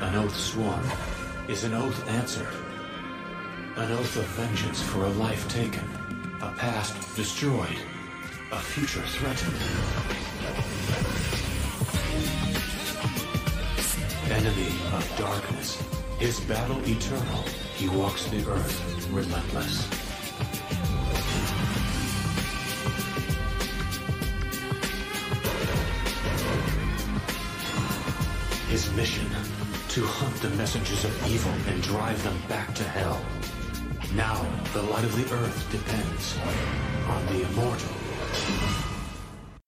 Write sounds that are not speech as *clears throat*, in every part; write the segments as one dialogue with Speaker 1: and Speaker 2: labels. Speaker 1: An oath sworn is an oath answered. An oath of vengeance for a life taken, a past destroyed, a future threatened. Enemy of darkness, his battle eternal, he walks the earth relentless. His mission to hunt the messengers of evil and drive them back to hell. Now, the light of the earth depends on the immortal.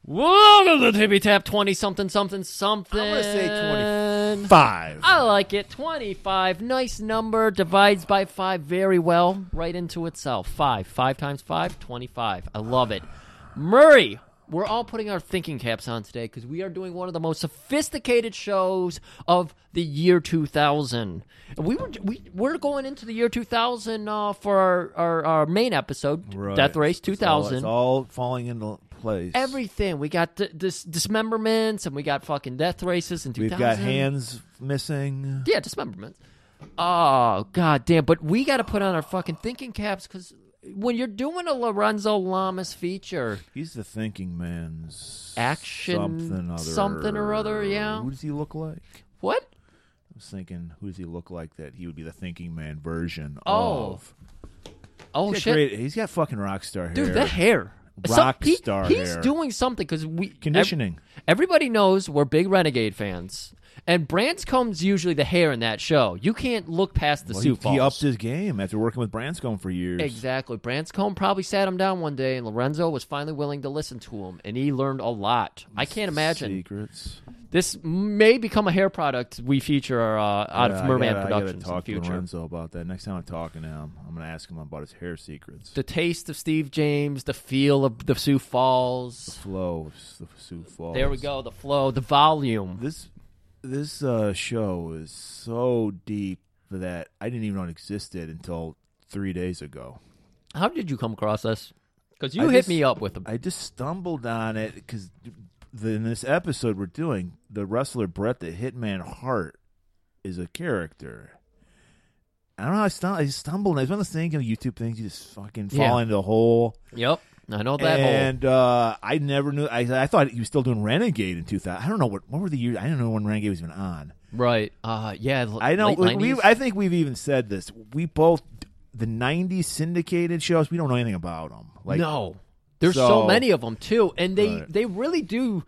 Speaker 2: Welcome to the Tippy Tap 20 something something something.
Speaker 3: I'm gonna say 25.
Speaker 2: I like it. 25. Nice number. Divides by 5 very well. Right into itself. 5. 5 times 5, 25. I love it. Murray, we're all putting our thinking caps on today because we are doing one of the most sophisticated shows of the year 2000. We were we, we're going into the year 2000 uh, for our, our, our main episode,
Speaker 3: Right.
Speaker 2: Death Race
Speaker 3: It's all-
Speaker 2: 2000
Speaker 3: It's all falling into place.
Speaker 2: everything. We got th- dis- dismemberments and we got fucking death races in 2000.
Speaker 3: We've got hands missing.
Speaker 2: Yeah, dismemberments. Oh, god damn. But we got to put on our fucking thinking caps because when you're doing a Lorenzo Lamas feature,
Speaker 3: He's the thinking man's
Speaker 2: Action-
Speaker 3: something other.
Speaker 2: something or other, yeah.
Speaker 3: Who does he look like?
Speaker 2: what?
Speaker 3: I was thinking, who does he look like that he would be the thinking man version
Speaker 2: Oh,
Speaker 3: of?
Speaker 2: Oh,
Speaker 3: He's got
Speaker 2: shit.
Speaker 3: great- he's got fucking rock star hair.
Speaker 2: Dude, that hair. Some-
Speaker 3: Rock
Speaker 2: he-
Speaker 3: star
Speaker 2: He's
Speaker 3: hair.
Speaker 2: doing something because we. ev-
Speaker 3: *laughs* Conditioning.
Speaker 2: everybody knows we're big Renegade fans. And Branscome's usually the hair in that show. You can't look past the
Speaker 3: Well,
Speaker 2: suit
Speaker 3: he, he
Speaker 2: falls.
Speaker 3: upped his game after working with Branscombe for years.
Speaker 2: Exactly. Branscombe probably sat him down one day, and Lorenzo was finally willing to listen to him, and he learned a lot. I can't imagine.
Speaker 3: Secrets.
Speaker 2: This may become a hair product we feature uh, out
Speaker 3: Yeah,
Speaker 2: of Merman
Speaker 3: I gotta- I gotta
Speaker 2: Productions in the
Speaker 3: talk to
Speaker 2: future.
Speaker 3: Lorenzo about that. Next time I'm talking to him, I'm going to ask him about his hair secrets.
Speaker 2: The taste of Steve James, the feel of the Sioux Falls.
Speaker 3: flows, the Sioux Falls.
Speaker 2: There we go. The flow, the volume.
Speaker 3: This this uh, show is so deep that I didn't even know it existed until three days ago.
Speaker 2: How did you come across this? Because you
Speaker 3: I
Speaker 2: hit
Speaker 3: just-
Speaker 2: me up with a
Speaker 3: I just stumbled on it because in this episode we're doing the wrestler Brett the Hitman Hart is a character. I don't know. I, stum- I just stumbled. It's one of those things, you know, YouTube things. You just fucking fall
Speaker 2: Yeah.
Speaker 3: into a hole.
Speaker 2: Yep, I know that. whole,
Speaker 3: and uh, I never knew. I, I thought he was still doing Renegade in 2000. I don't know what what were the years. I didn't know when Renegade was even on.
Speaker 2: right? Uh, yeah. l-
Speaker 3: I don't.
Speaker 2: late
Speaker 3: We,
Speaker 2: 90s.
Speaker 3: I think we've even said this. We both the '90s syndicated shows. We don't know anything about them. Like
Speaker 2: no there's so,
Speaker 3: so-
Speaker 2: many of them too and they
Speaker 3: Right.
Speaker 2: they really do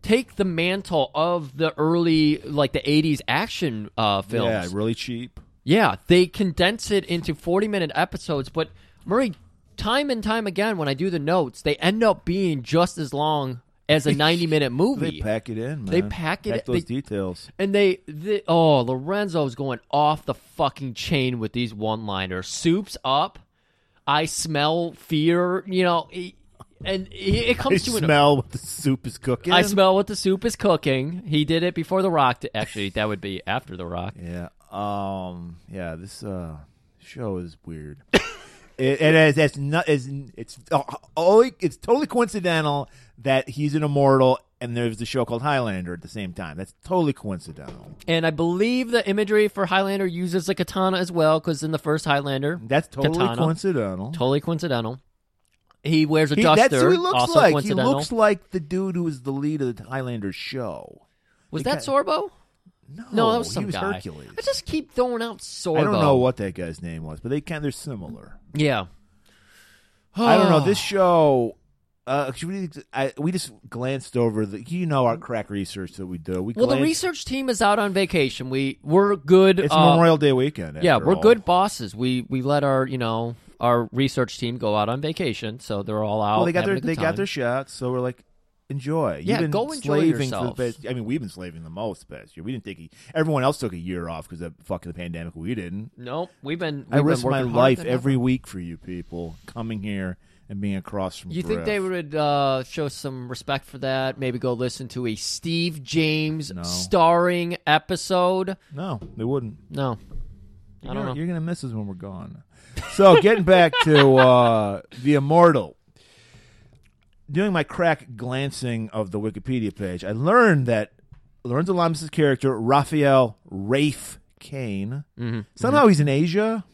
Speaker 2: take the mantle of the early like the 80s action uh films
Speaker 3: yeah, really cheap.
Speaker 2: yeah, they condense it into 40 minute episodes, but Murray, time and time again, when I do the notes, they end up being just as long
Speaker 3: *laughs*
Speaker 2: as a 90 minute
Speaker 3: They
Speaker 2: movie.
Speaker 3: pack it in. Man.
Speaker 2: They pack it-
Speaker 3: those
Speaker 2: they-
Speaker 3: details.
Speaker 2: and they, they, oh, Lorenzo's going off the fucking chain with these one liners. Soup's up. I smell fear, you know, he- and it it
Speaker 3: They
Speaker 2: comes to an
Speaker 3: smell what the soup is cooking.
Speaker 2: I smell what the soup is cooking. He did it before The Rock. Did. Actually, that would be after The Rock.
Speaker 3: Yeah. Um. Yeah. This uh show is weird. *laughs* it, it has. That's not. Is it's only. It's totally coincidental that he's an immortal and there's a show called Highlander at the same time. That's totally coincidental.
Speaker 2: And I believe the imagery for Highlander uses the katana as well, because in the first Highlander,
Speaker 3: That's totally
Speaker 2: Katana.
Speaker 3: coincidental.
Speaker 2: totally coincidental. He wears a
Speaker 3: He-
Speaker 2: duster.
Speaker 3: that's who he looks
Speaker 2: also
Speaker 3: like. He
Speaker 2: coincidental.
Speaker 3: looks like the dude who was the lead of the Highlander show.
Speaker 2: was
Speaker 3: they
Speaker 2: that
Speaker 3: ca-
Speaker 2: Sorbo?
Speaker 3: No,
Speaker 2: No, that was some
Speaker 3: he was
Speaker 2: guy.
Speaker 3: Hercules.
Speaker 2: I just keep throwing out Sorbo.
Speaker 3: I don't know what that guy's name was, but they kind they're similar.
Speaker 2: Yeah.
Speaker 3: I don't know. This show, uh, 'cause we, I, we just glanced over the. You know our crack research that we do. We
Speaker 2: Well, the
Speaker 3: glanced-
Speaker 2: research team is out on vacation. We we're good.
Speaker 3: It's
Speaker 2: uh,
Speaker 3: Memorial Day weekend.
Speaker 2: Yeah,
Speaker 3: after
Speaker 2: we're
Speaker 3: all.
Speaker 2: good bosses. We we let our you know our research team go out on vacation, so they're all out.
Speaker 3: Well, they got
Speaker 2: having
Speaker 3: their
Speaker 2: a good
Speaker 3: they got
Speaker 2: time.
Speaker 3: their shots, so we're like, enjoy. You've
Speaker 2: Yeah,
Speaker 3: been
Speaker 2: go enjoy
Speaker 3: slaving for the
Speaker 2: yourself.
Speaker 3: past- I mean, we've been slaving the most the past year. We didn't take. a- Everyone else took a year off because of fucking the pandemic. We didn't.
Speaker 2: Nope, we've been. We've
Speaker 3: I
Speaker 2: been
Speaker 3: risk my
Speaker 2: working harder
Speaker 3: life
Speaker 2: than
Speaker 3: every
Speaker 2: ever.
Speaker 3: week for you people coming here and being across from.
Speaker 2: You think
Speaker 3: Griff.
Speaker 2: they would uh, show some respect for that? Maybe go listen to a Steve James
Speaker 3: No.
Speaker 2: starring episode.
Speaker 3: No, they wouldn't.
Speaker 2: No, I
Speaker 3: you're,
Speaker 2: don't know.
Speaker 3: you're gonna miss us when we're gone. So getting back
Speaker 2: *laughs*
Speaker 3: to uh, the immortal. Doing my crack glancing of the Wikipedia page, I learned that Lorenzo Lamas' character, Raphael Rafe Kane.
Speaker 2: Mm-hmm.
Speaker 3: Somehow he's in Asia.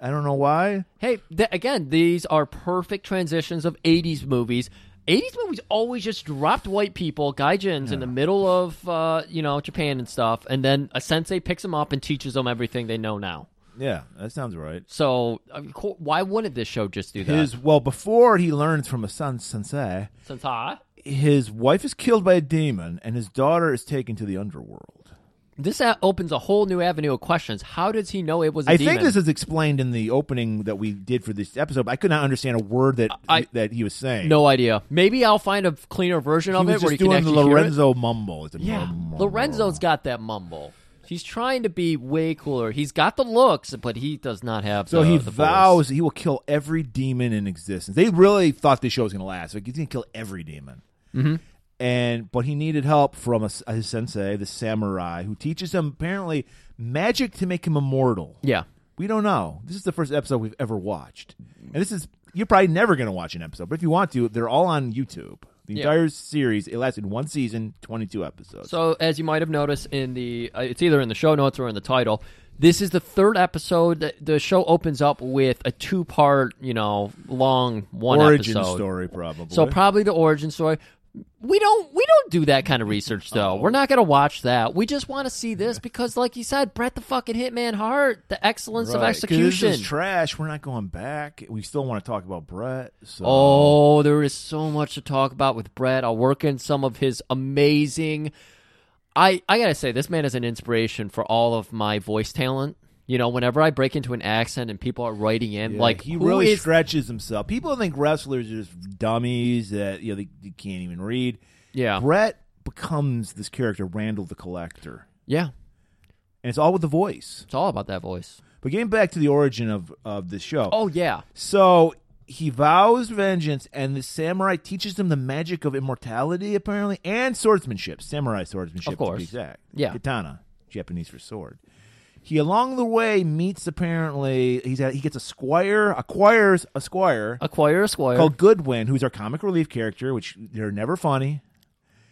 Speaker 3: I don't know why.
Speaker 2: Hey, th- again, these are perfect transitions of 80s movies. 80s movies always just dropped white people, gaijins, in the middle of, uh, you know, Japan and stuff, and then a sensei picks them up and teaches them everything they know now.
Speaker 3: Yeah, that sounds right.
Speaker 2: So I mean, co- why wouldn't this show just do that?
Speaker 3: His well, before he learns from a son sensei,
Speaker 2: Sensei?
Speaker 3: his wife is killed by a demon, and his daughter is taken to the underworld.
Speaker 2: This a- opens a whole new avenue of questions. How does he know it was a
Speaker 3: I
Speaker 2: demon?
Speaker 3: think this is explained in the opening that we did for this episode. But I could not understand a word that
Speaker 2: I-
Speaker 3: that he was saying.
Speaker 2: no idea. Maybe I'll find a cleaner version
Speaker 3: he
Speaker 2: of
Speaker 3: was
Speaker 2: it
Speaker 3: just
Speaker 2: where you can
Speaker 3: doing the
Speaker 2: actually hear it.
Speaker 3: Lorenzo mumble. It's a
Speaker 2: Yeah,
Speaker 3: mumble.
Speaker 2: Lorenzo's got that mumble. He's trying to be way cooler. He's got the looks, but he does not have.
Speaker 3: So
Speaker 2: the,
Speaker 3: he
Speaker 2: the voice.
Speaker 3: vows he will kill every demon in existence. They really thought this show was going to last. Like he's going to kill every demon. Mm-hmm. And but he needed help from a, his sensei, the samurai, who teaches him apparently magic to make him immortal.
Speaker 2: Yeah,
Speaker 3: We don't know. This is the first episode we've ever watched, and this is you're probably never going to watch an episode. But if you want to, they're all on YouTube. The
Speaker 2: Yeah.
Speaker 3: entire series. It lasted one season, 22 episodes.
Speaker 2: So, as you might have noticed in the, uh, it's either in the show notes or in the title. This is the third episode. The- The show opens up with a two-part, you know, long one
Speaker 3: Origin
Speaker 2: episode.
Speaker 3: story, probably.
Speaker 2: So probably the origin story. We don't we don't do that kind of research
Speaker 3: Oh.
Speaker 2: though. We're not gonna watch that. We just want to see this because, like you said, Brett the fucking Hitman Hart, the excellence of
Speaker 3: Right, 'cause
Speaker 2: execution.
Speaker 3: This is trash. We're not going back. We still want to talk about Brett. So.
Speaker 2: Oh, there is so much to talk about with Brett. I'll work in some of his amazing. I I gotta say, this man is an inspiration for all of my voice talent. You know, whenever I break into an accent and people are writing in,
Speaker 3: Yeah,
Speaker 2: like
Speaker 3: he
Speaker 2: who
Speaker 3: really
Speaker 2: is-
Speaker 3: stretches himself. People think wrestlers are just dummies that you know they, they can't even read.
Speaker 2: yeah,
Speaker 3: Brett becomes this character, Randall the Collector,
Speaker 2: yeah,
Speaker 3: and it's all with the voice.
Speaker 2: it's all about that voice.
Speaker 3: But getting back to the origin of of the show,
Speaker 2: Oh yeah,
Speaker 3: so he vows vengeance, and the samurai teaches him the magic of immortality, apparently, and swordsmanship, samurai swordsmanship,
Speaker 2: Of course.
Speaker 3: to be exact.
Speaker 2: Yeah.
Speaker 3: katana, Japanese for sword. He along the way meets apparently he's at, he gets a squire acquires a squire
Speaker 2: acquire a squire.
Speaker 3: called Goodwin, who's our comic relief character, which they're never funny.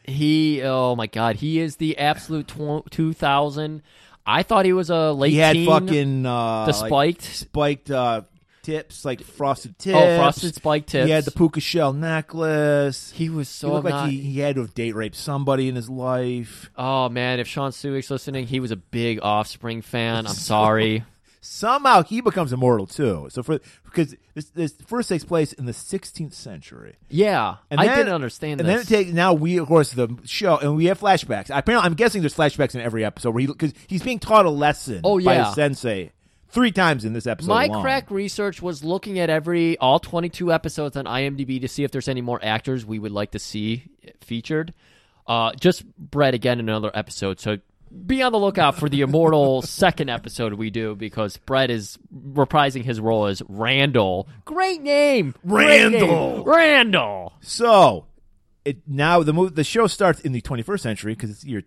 Speaker 2: He, oh my god, he is the absolute tw- two thousand. I thought he was a late
Speaker 3: He had
Speaker 2: teen,
Speaker 3: fucking uh,
Speaker 2: the
Speaker 3: like,
Speaker 2: spiked.
Speaker 3: spiked uh, tips, like frosted tips.
Speaker 2: Oh, frosted spiked tips.
Speaker 3: He had the puka shell necklace.
Speaker 2: He was so
Speaker 3: he looked
Speaker 2: obnox-
Speaker 3: like he, he had to have date raped somebody in his life.
Speaker 2: Oh man, if Sean Suick's listening, he was a big Offspring fan. I'm sorry.
Speaker 3: Somehow he becomes immortal too. So for because this, this first takes place in the 16th century.
Speaker 2: Yeah,
Speaker 3: And
Speaker 2: I
Speaker 3: then-
Speaker 2: didn't understand
Speaker 3: And
Speaker 2: this.
Speaker 3: then it takes now we of course the show and we have flashbacks. Apparently, I'm guessing there's flashbacks in every episode where he because he's being taught a lesson.
Speaker 2: Oh,
Speaker 3: by
Speaker 2: yeah.
Speaker 3: his sensei three times in this episode.
Speaker 2: My
Speaker 3: alone.
Speaker 2: crack research was looking at every all 22 episodes on IMDb to see if there's any more actors we would like to see featured. Uh, just Brett again in another episode, so be on the lookout for the immortal second episode we do because Brett is reprising his role as Randall. Great name, Great name.
Speaker 3: Randall.
Speaker 2: Randall.
Speaker 3: So it now the move the show starts in the 21st century because it's the year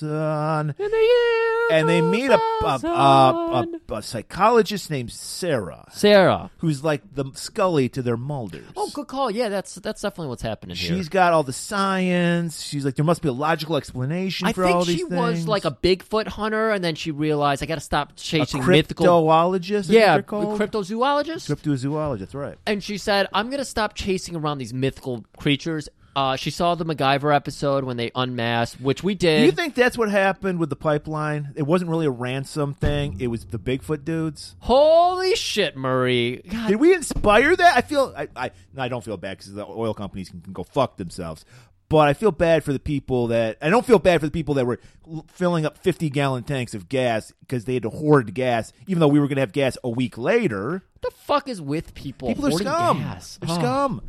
Speaker 3: 2000,
Speaker 2: In the year
Speaker 3: and they meet a a,
Speaker 2: 2000.
Speaker 3: a, a, a psychologist named Sarah
Speaker 2: Sarah.
Speaker 3: who's like the Scully to their Mulders.
Speaker 2: Oh, good call. Yeah, that's that's definitely what's happening here.
Speaker 3: She's got all the science. She's like, there must be a logical explanation
Speaker 2: I
Speaker 3: for
Speaker 2: think
Speaker 3: all
Speaker 2: she
Speaker 3: these
Speaker 2: was
Speaker 3: things.
Speaker 2: like a Bigfoot hunter, and then she realized I got to stop
Speaker 3: a
Speaker 2: chasing mythical.
Speaker 3: cryptoologist.
Speaker 2: Yeah,
Speaker 3: is what they're called?
Speaker 2: cryptozoologist.
Speaker 3: cryptozoologist. That's right.
Speaker 2: and she said, "I'm gonna stop chasing around these mythical creatures." Uh, she saw the MacGyver episode when they unmasked, which we
Speaker 3: Do
Speaker 2: did.
Speaker 3: you think that's what happened with the pipeline? It wasn't really a ransom thing. It was the Bigfoot dudes.
Speaker 2: Holy shit, Murray! God,
Speaker 3: Did we inspire that? I feel I I, no, I don't feel bad because the oil companies can, can go fuck themselves. But I feel bad for the people that I don't feel bad for the people that were l- filling up fifty gallon tanks of gas because they had to hoard gas, even though we were going to have gas a week later.
Speaker 2: what the fuck is with people?
Speaker 3: People are
Speaker 2: Oh, hoarding
Speaker 3: scum.
Speaker 2: Gas?
Speaker 3: They're
Speaker 2: Oh.
Speaker 3: scum.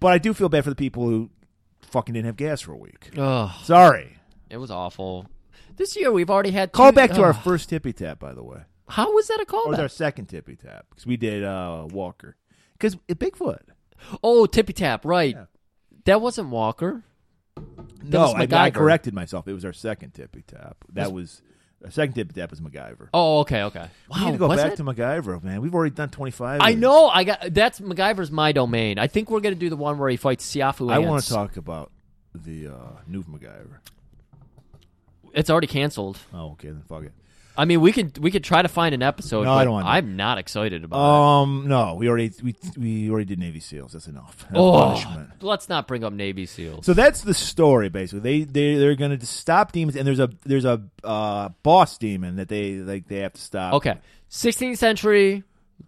Speaker 3: But I do feel bad for the people who fucking didn't have gas for a week.
Speaker 2: Ugh,
Speaker 3: Sorry.
Speaker 2: it was awful. This year we've already had
Speaker 3: Call
Speaker 2: two-
Speaker 3: back to our
Speaker 2: ugh.
Speaker 3: first tippy tap, by the way,
Speaker 2: How was that a
Speaker 3: or
Speaker 2: callback?
Speaker 3: our second tippy tap because we did uh, Walker because Bigfoot.
Speaker 2: Oh, tippy tap, right? That wasn't Walker.
Speaker 3: No,
Speaker 2: was
Speaker 3: I, I
Speaker 2: MacGyver.
Speaker 3: corrected myself. It was our second tippy tap. That was our second tippy tap was MacGyver.
Speaker 2: Oh, okay, okay. Wow,
Speaker 3: we need to go
Speaker 2: was
Speaker 3: back
Speaker 2: it?
Speaker 3: to MacGyver, man. We've already done twenty five.
Speaker 2: I know. I got that's MacGyver's my domain. I think we're gonna do the one where he fights Siafu.
Speaker 3: I
Speaker 2: ants.
Speaker 3: want to talk about the uh, new MacGyver.
Speaker 2: It's already canceled.
Speaker 3: Oh, okay, then fuck it.
Speaker 2: I mean, we could we could try to find an episode.
Speaker 3: No, I
Speaker 2: but
Speaker 3: don't want to.
Speaker 2: I'm not excited about. it.
Speaker 3: Um, no, we already we we already did Navy SEALs. That's enough. That's
Speaker 2: Oh.
Speaker 3: punishment.
Speaker 2: let's not bring up Navy SEALs.
Speaker 3: So that's the story basically. They they they're going to stop demons, and there's a there's a uh, boss demon that they like they have to stop.
Speaker 2: okay, 16th century,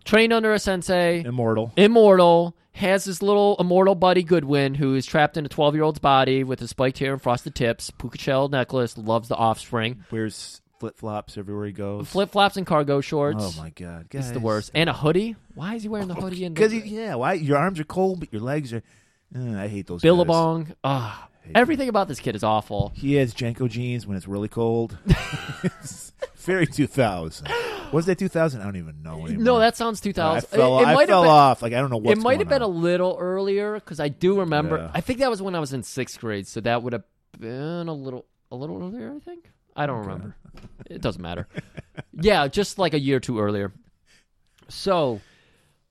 Speaker 2: trained under a sensei,
Speaker 3: immortal.
Speaker 2: immortal, has his little immortal buddy Goodwin, who is trapped in a 12 year old's body with his spiked hair and frosted tips, puka shell necklace, loves the offspring,
Speaker 3: Wears flip flops everywhere he goes.
Speaker 2: flip flops and cargo shorts.
Speaker 3: Oh my god,
Speaker 2: It's
Speaker 3: guys.
Speaker 2: the worst. And a hoodie. Why is he wearing the hoodie?
Speaker 3: *laughs*
Speaker 2: And the-
Speaker 3: Because yeah, why your arms are cold, but your legs are. Uh, I hate those. guys. *laughs*
Speaker 2: Billabong. Ah, everything about this kid is awful.
Speaker 3: He has Janko jeans when it's
Speaker 2: *laughs*
Speaker 3: really cold. *laughs* Very 2000. Was that 2000? I don't even know anymore.
Speaker 2: No, that sounds 2000.
Speaker 3: I fell,
Speaker 2: it, it
Speaker 3: I
Speaker 2: might
Speaker 3: fell
Speaker 2: have been,
Speaker 3: off. Like I don't know what.
Speaker 2: it might have been a little earlier because I do remember.
Speaker 3: Yeah.
Speaker 2: I think that was when I was in sixth grade, so that would have been a little a little earlier. I think I don't
Speaker 3: *laughs*
Speaker 2: remember. it doesn't matter. yeah, just like a year or two earlier. So,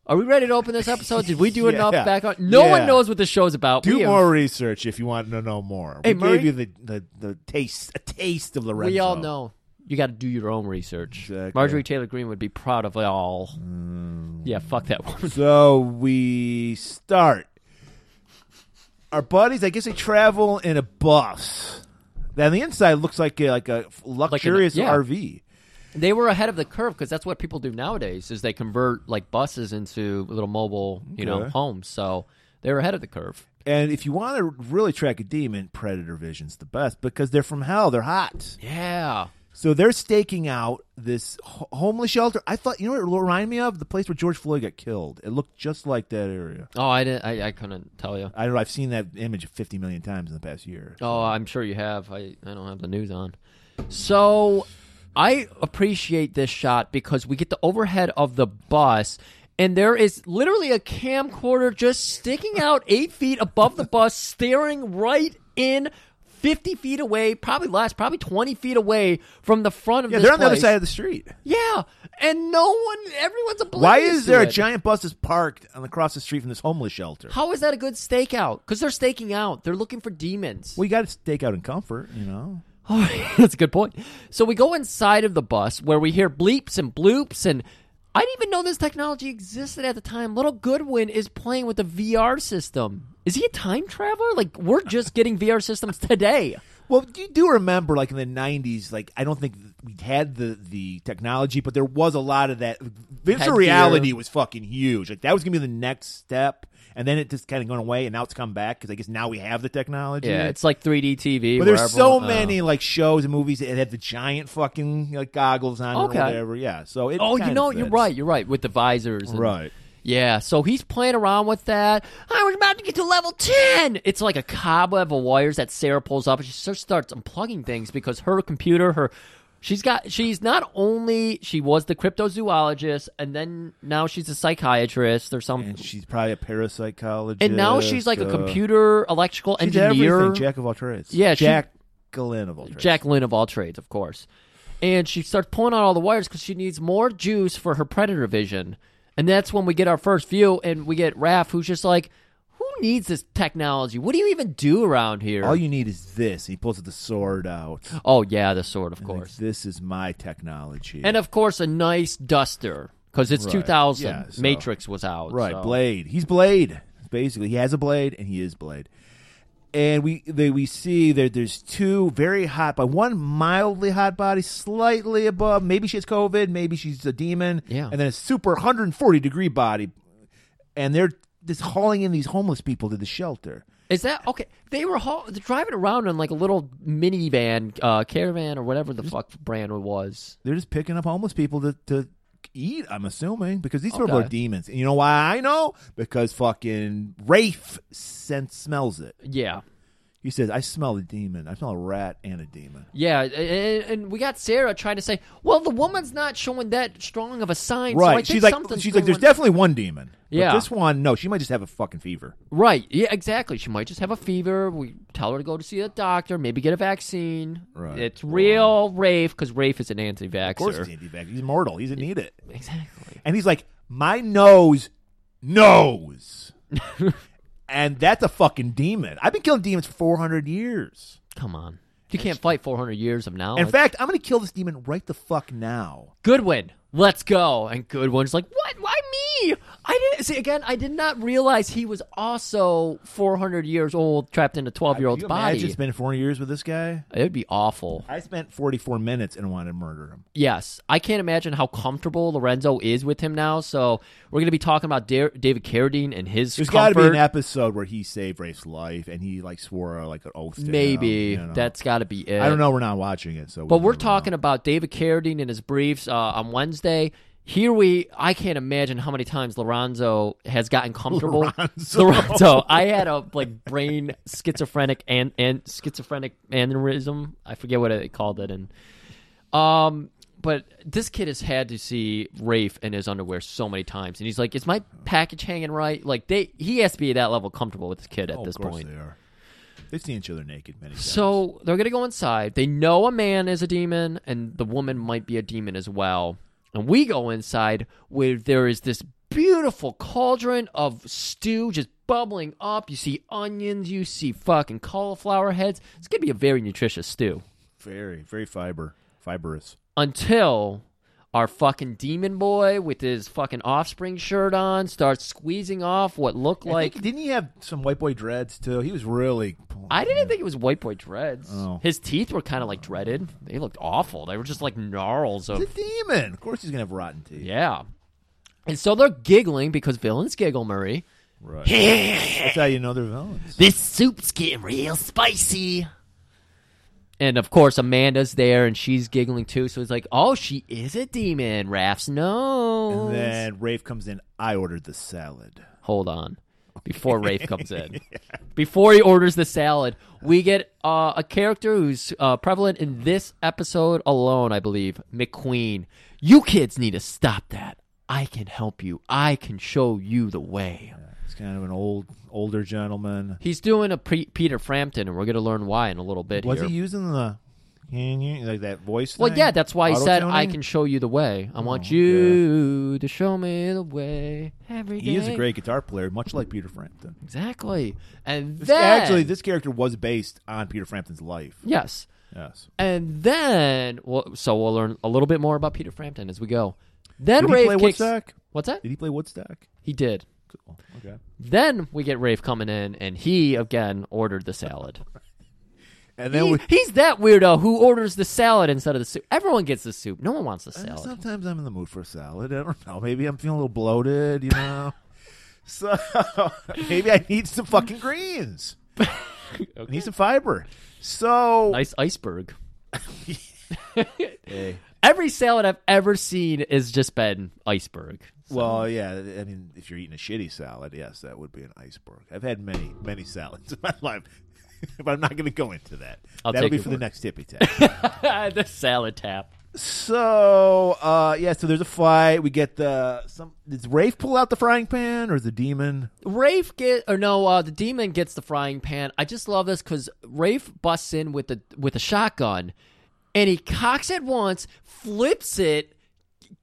Speaker 2: are we ready to open this episode? Did we do
Speaker 3: *laughs* Yeah.
Speaker 2: enough back on? No
Speaker 3: Yeah.
Speaker 2: one knows what this show's about.
Speaker 3: Do
Speaker 2: we have-
Speaker 3: more research if you want to know more.
Speaker 2: Hey,
Speaker 3: we
Speaker 2: Murray?
Speaker 3: gave you the, the, the taste, a taste of Lorenzo.
Speaker 2: we all know. You got to do your own research.
Speaker 3: Exactly. Mm.
Speaker 2: Marjorie Taylor Greene would be proud of y'all. Yeah, fuck that woman.
Speaker 3: So we start. Our buddies, I guess they travel in a bus. Then the inside looks like a, like a luxurious
Speaker 2: yeah.
Speaker 3: RV.
Speaker 2: They were ahead of the curve because that's what people do nowadays is they convert like buses into little mobile, you know,
Speaker 3: Okay.
Speaker 2: homes. So they were ahead of the curve.
Speaker 3: And if you want to really track a demon, Predator Vision's the best because they're from hell. They're hot.
Speaker 2: Yeah.
Speaker 3: So they're staking out this ho- homeless shelter. I thought, you know what it reminded me of? The place where George Floyd got killed. It looked just like that area.
Speaker 2: Oh, I didn't. I, I couldn't tell you.
Speaker 3: I don't know. I've seen that image 50 million times in the past year.
Speaker 2: Oh, I'm sure you have. I, I don't have the news on. So I appreciate this shot because we get the overhead of the bus, and there is literally a camcorder just sticking out *laughs* eight feet above the bus, staring right in. 50 feet away, probably less, probably 20 feet away from the front of
Speaker 3: Yeah,
Speaker 2: this
Speaker 3: they're on the other
Speaker 2: place.
Speaker 3: side of the street.
Speaker 2: Yeah, and no one, everyone's oblivious.
Speaker 3: Why is
Speaker 2: to
Speaker 3: there a
Speaker 2: it.
Speaker 3: giant bus that's parked on across the street from this homeless shelter?
Speaker 2: How is that a good stakeout? Because they're staking out. They're looking for demons.
Speaker 3: We got to stake out in comfort, you know?
Speaker 2: *laughs* That's a good point. So we go inside of the bus where we hear bleeps and bloops, and I didn't even know this technology existed at the time. Little Goodwin is playing with a VR system. Is he a time traveler? Like we're just getting VR systems today.
Speaker 3: Well, you do remember, like in the '90s, like I don't think we had the the technology, but there was a lot of that. Virtual
Speaker 2: Headgear.
Speaker 3: reality was fucking huge. Like that was gonna be the next step, and then it just kind of gone away, and now it's come back because I guess now we have the technology.
Speaker 2: Yeah, it's Oh. like 3D TV.
Speaker 3: but there's
Speaker 2: where
Speaker 3: so
Speaker 2: everyone-
Speaker 3: many like shows and movies that have the giant fucking like goggles on
Speaker 2: Okay.
Speaker 3: or whatever. Yeah, so it
Speaker 2: Oh,
Speaker 3: kinda
Speaker 2: you know, you're
Speaker 3: fits.
Speaker 2: right. You're right with the visors. and-
Speaker 3: Right.
Speaker 2: Yeah, so he's playing around with that. I was about to get to level 10. It's like a cobweb of wires that Sarah pulls up and she starts starts unplugging things because her computer, her she's got she's not only she was the cryptozoologist and then now she's a psychiatrist or something.
Speaker 3: And
Speaker 2: And,
Speaker 3: she's probably a parapsychologist,
Speaker 2: now she's like a
Speaker 3: uh,
Speaker 2: computer electrical
Speaker 3: she's
Speaker 2: engineer.
Speaker 3: everything, jack of all trades.
Speaker 2: Yeah, she-
Speaker 3: Jack Galin of all trades.
Speaker 2: Jacqueline of all trades, of course. And she starts pulling out all the wires because she needs more juice for her predator vision. And that's when we get our first view, and we get Raph, who's just like, "Who needs this technology? What do you even do around here?"
Speaker 3: All you need is this. He pulls the sword out.
Speaker 2: oh yeah, the sword, of
Speaker 3: Like,
Speaker 2: course,
Speaker 3: this is my technology.
Speaker 2: and uh, of course a nice duster because it's
Speaker 3: Right.
Speaker 2: 2000.
Speaker 3: Yeah, so-
Speaker 2: Matrix was out,
Speaker 3: right,
Speaker 2: so-
Speaker 3: Blade. He's Blade. Basically, he has a blade and he is Blade. And we they, we see that there's two very hot, but one mildly hot body, slightly above. Maybe she has COVID. Maybe she's a demon.
Speaker 2: Yeah.
Speaker 3: And then a super 140 degree body, and they're just hauling in these homeless people to the shelter.
Speaker 2: Is that okay? They were haul- they're driving around in like a little minivan, uh, caravan, or whatever the fuck brand it was.
Speaker 3: They're just picking up homeless people to, to eat, I'm assuming, because these people
Speaker 2: Okay.
Speaker 3: are demons. And you know why I know? Because fucking Rafe sense smells it.
Speaker 2: Yeah,
Speaker 3: He says, I smell a demon. I smell a rat and a demon.
Speaker 2: Yeah, and, and we got Sarah trying to say, "Well, the woman's not showing that strong of a sign." So I
Speaker 3: Right.
Speaker 2: think
Speaker 3: she's like
Speaker 2: something's
Speaker 3: she's like, there's
Speaker 2: going-
Speaker 3: definitely one demon.
Speaker 2: Yeah.
Speaker 3: But this one, no, she might just have a fucking fever.
Speaker 2: right. Yeah, exactly. She might just have a fever. We tell her to go to see a doctor, maybe get a vaccine.
Speaker 3: Right.
Speaker 2: It's real Rafe because Rafe is an anti-vaxxer.
Speaker 3: Of course he's anti-vax. He's mortal. He doesn't need it.
Speaker 2: *laughs* Exactly.
Speaker 3: And he's like, My nose
Speaker 2: *laughs*
Speaker 3: knows. and that's a fucking demon. I've been killing demons for four hundred years.
Speaker 2: Come on. You can't fight 400 years of knowledge.
Speaker 3: In fact, I'm going to kill this demon right the fuck now.
Speaker 2: Goodwin, let's go. And Goodwin's like, what? Why me? I didn't see again. I did not realize he was also 400 years old, trapped in a 12 year old's
Speaker 3: Can you imagine
Speaker 2: body.
Speaker 3: spending 400 years with this guy?
Speaker 2: it would be awful.
Speaker 3: I spent 44 minutes and wanted to murder him.
Speaker 2: Yes, I can't imagine how comfortable Lorenzo is with him now. So we're going to be talking about Dar- David Carradine and his
Speaker 3: There's got to
Speaker 2: comfort.
Speaker 3: be an episode where he saved Rafe's life and he like swore like an oath. To him,
Speaker 2: Maybe
Speaker 3: you know.
Speaker 2: that's got to be it.
Speaker 3: I don't know. We're not watching it, so.
Speaker 2: But we're talking about David Carradine and his briefs uh, on Wednesday. Here we, I can't imagine how many times Lorenzo has gotten comfortable.
Speaker 3: Lorenzo.
Speaker 2: Lorenzo. I had a like brain schizophrenic and and schizophrenic aneurysm. I forget what they called it. And um, but this kid has had to see Rafe in his underwear so many times, and he's like, "Is my package hanging right?" Like they, he has to be that level comfortable with this kid at
Speaker 3: Oh,
Speaker 2: this
Speaker 3: of course
Speaker 2: point.
Speaker 3: they are. They've seen each other naked many times.
Speaker 2: So they're gonna go inside. They know a man is a demon, and the woman might be a demon as well. And we go inside where there is this beautiful cauldron of stew just bubbling up. You see onions, you see fucking cauliflower heads. It's gonna be a very nutritious stew.
Speaker 3: very, very fiber, fibrous.
Speaker 2: Until our fucking demon boy with his fucking offspring shirt on starts squeezing off what looked
Speaker 3: Like,
Speaker 2: like
Speaker 3: didn't he have some white boy dreads too? He was really.
Speaker 2: I didn't think it was white boy dreads.
Speaker 3: Oh.
Speaker 2: His teeth were kind of like dreaded. They looked awful. They were just like gnarls of
Speaker 3: He's a demon. Of course, he's gonna have rotten teeth.
Speaker 2: Yeah. And so they're giggling because villains giggle, Murray.
Speaker 3: Right. That's how you know they're villains.
Speaker 2: *laughs* This soup's getting real spicy. And of course, Amanda's there and she's giggling too. So it's like, oh, she is a demon. Raph's knows.
Speaker 3: And then Rafe comes in. I ordered the salad.
Speaker 2: Hold on. Before Rafe comes *laughs* in, before he orders the salad, we get uh, a character who's uh, prevalent in this episode alone, I believe McQueen. You kids need to stop that. I can help you, I can show you the way.
Speaker 3: It's kind of an old, older gentleman.
Speaker 2: He's doing a pre- Peter Frampton, and we're going to learn why in a little bit
Speaker 3: Was
Speaker 2: here.
Speaker 3: he using the can you like that voice?
Speaker 2: well,
Speaker 3: thing?
Speaker 2: yeah, that's why he said,
Speaker 3: Auto-tuning? Oh,
Speaker 2: "I can show you the way. I want you to show me the way every day."
Speaker 3: He is a great guitar player, much like Peter Frampton.
Speaker 2: exactly, and
Speaker 3: This,
Speaker 2: then
Speaker 3: actually, this character was based on Peter Frampton's life.
Speaker 2: yes,
Speaker 3: Yes.
Speaker 2: and then well, so we'll learn a little bit more about Peter Frampton as we go. Then
Speaker 3: Did he
Speaker 2: Rafe
Speaker 3: play
Speaker 2: kicks.
Speaker 3: Woodstock?
Speaker 2: What's that?
Speaker 3: Did he play Woodstock?
Speaker 2: He did.
Speaker 3: Cool. Okay.
Speaker 2: Then we get Rafe coming in, and he again ordered the salad.
Speaker 3: And then
Speaker 2: He-
Speaker 3: we.
Speaker 2: he's that weirdo who orders the salad instead of the soup. Everyone gets the soup. No one wants the
Speaker 3: Uh,
Speaker 2: salad.
Speaker 3: Sometimes I'm in the mood for a salad. I don't know. Maybe I'm feeling a little bloated, you
Speaker 2: *laughs*
Speaker 3: know. so maybe I need some
Speaker 2: *laughs*
Speaker 3: fucking greens. I need some fiber. So
Speaker 2: Nice iceberg.
Speaker 3: Hey.
Speaker 2: *laughs* Every salad I've ever seen has just been iceberg. *laughs*
Speaker 3: Well, yeah. I mean, if you're eating a shitty salad, yes, that would be an iceberg. I've had many, many salads *laughs* in my life, but I'm not going to go into that.
Speaker 2: I'll
Speaker 3: That'll
Speaker 2: take
Speaker 3: be
Speaker 2: your
Speaker 3: for
Speaker 2: word.
Speaker 3: the next tippy tap. *laughs*
Speaker 2: the salad tap.
Speaker 3: so, uh, yeah. So there's a fight. We get the some. Does Rafe pull out the frying pan, or is the demon? *laughs*
Speaker 2: Rafe get or no, uh, the demon gets the frying pan. I just love this because Rafe busts in with the with a shotgun, and he cocks it once, flips it,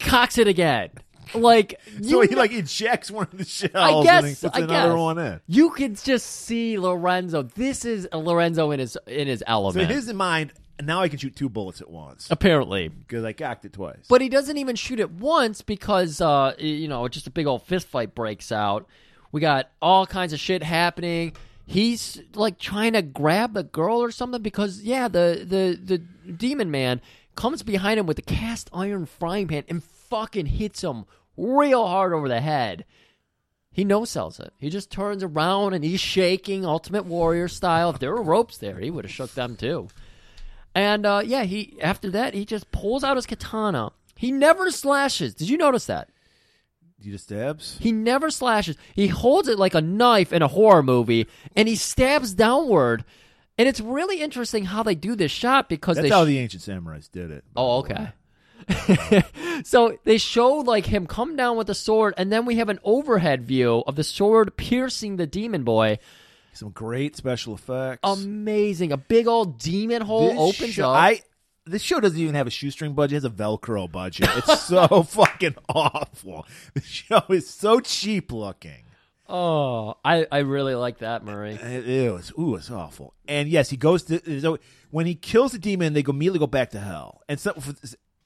Speaker 2: cocks it again. Like
Speaker 3: *laughs* So
Speaker 2: you,
Speaker 3: he
Speaker 2: kn-
Speaker 3: like ejects one of the shells.
Speaker 2: I
Speaker 3: and then
Speaker 2: guess
Speaker 3: puts
Speaker 2: I
Speaker 3: another
Speaker 2: guess
Speaker 3: one in.
Speaker 2: you could just see Lorenzo. This is uh, Lorenzo in his in his
Speaker 3: So
Speaker 2: element.
Speaker 3: in his mind, now I can shoot two bullets at once
Speaker 2: apparently,
Speaker 3: because I cocked it twice.
Speaker 2: But he doesn't even shoot it once because uh, you know just a big old fist fight breaks out. We got all kinds of shit happening. He's like trying to grab the girl or something because yeah, the the the demon man comes behind him with a cast iron frying pan and fucking hits him real hard over the head. He no sells it. He just turns around and he's shaking Ultimate Warrior style. If there were ropes there, he would have shook them too. And uh, yeah, he after that he just pulls out his katana. He never slashes. Did you notice that?
Speaker 3: you just stabs.
Speaker 2: He never slashes. He holds it like a knife in a horror movie, and he stabs downward. And it's really interesting how they do this shot because
Speaker 3: That's
Speaker 2: they
Speaker 3: how
Speaker 2: sh-
Speaker 3: the ancient samurais did it.
Speaker 2: Oh, okay. *laughs* so they show like him come down with the sword, and then we have an overhead view of the sword piercing the demon boy.
Speaker 3: Some great special effects.
Speaker 2: Um, Amazing! A big old demon hole
Speaker 3: This
Speaker 2: opens
Speaker 3: show,
Speaker 2: up.
Speaker 3: I this show doesn't even have a shoestring budget; it has a Velcro
Speaker 2: *laughs*
Speaker 3: budget. It's so fucking awful. The show is so cheap looking.
Speaker 2: Oh, I, I really like that, Murray.
Speaker 3: It, ew, it's ooh, it's awful. And yes, he goes to there's always- when he kills the demon, they go immediately go back to hell. And so for,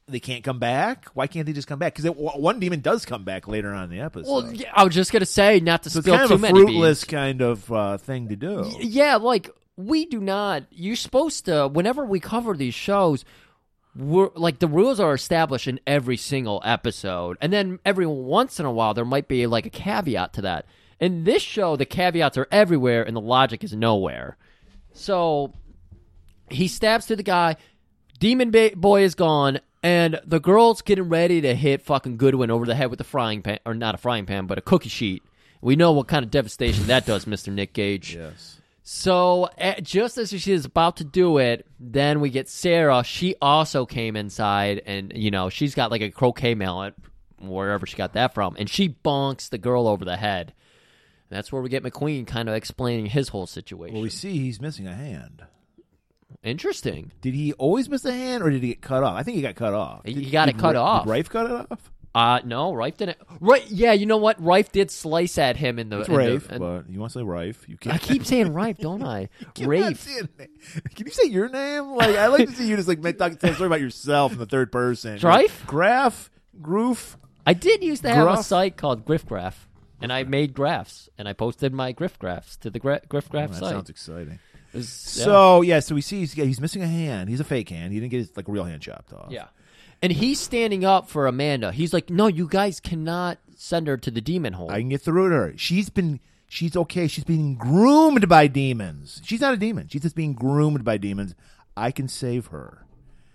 Speaker 3: they can't come back. Why can't they just come back? Because one demon does come back later on in the episode.
Speaker 2: Well, yeah, I was just gonna say not to
Speaker 3: so it's
Speaker 2: spill
Speaker 3: kind
Speaker 2: too
Speaker 3: of a
Speaker 2: many beans.
Speaker 3: fruitless kind of uh, thing to do.
Speaker 2: Yeah, like we do not. You're supposed to. Whenever we cover these shows, we're like the rules are established in every single episode, and then every once in a while there might be like a caveat to that. In this show, the caveats are everywhere, and the logic is nowhere. So he stabs through the guy. Demon ba- boy is gone, and the girl's getting ready to hit fucking Goodwin over the head with a frying pan, or not a frying pan, but a cookie sheet. We know what kind of devastation that does, Mister Nick Gage.
Speaker 3: Yes.
Speaker 2: So eh, just as she is about to do it, then we get Sarah. She also came inside, and you know she's got like a croquet mallet, wherever she got that from, and she bonks the girl over the head. And that's where we get McQueen kind of explaining his whole situation.
Speaker 3: Well, we see he's missing a hand.
Speaker 2: Interesting.
Speaker 3: Did he always miss a hand, or did he get cut off? I think he got cut off.
Speaker 2: He
Speaker 3: Did-
Speaker 2: got it
Speaker 3: did
Speaker 2: cut
Speaker 3: Ra-
Speaker 2: off.
Speaker 3: Did Rafe cut it off.
Speaker 2: Uh no, Rife didn't. Right? Yeah, you know what? Rife did slice at him in the.
Speaker 3: It's
Speaker 2: in the-
Speaker 3: Rafe,
Speaker 2: in-
Speaker 3: but you want to say Rafe? You *laughs* can't.
Speaker 2: I keep saying Rife, don't
Speaker 3: *laughs*
Speaker 2: I?
Speaker 3: You're not
Speaker 2: Rafe.
Speaker 3: saying that. *laughs* Can you say your name? Like I like to see you just like make talk, tell a story about yourself in the third person.
Speaker 2: Drife?
Speaker 3: graph, groof.
Speaker 2: I did used to have a
Speaker 3: Gruff?
Speaker 2: site called GriffGraph, and I made graphs, and I posted my Griff graphs to the gra-
Speaker 3: Oh,
Speaker 2: GriffGraph
Speaker 3: that
Speaker 2: site.
Speaker 3: sounds exciting.
Speaker 2: It was-
Speaker 3: So yeah, so we see he's, yeah, he's missing a hand. He's a fake hand. He didn't get his like real hand chopped off.
Speaker 2: yeah. yeah, and he's standing up for Amanda. He's like, "No, you guys cannot send her to the demon hole."
Speaker 3: I can get through to her. She's been she's okay. She's being groomed by demons. She's not a demon. She's just being groomed by demons. I can save her.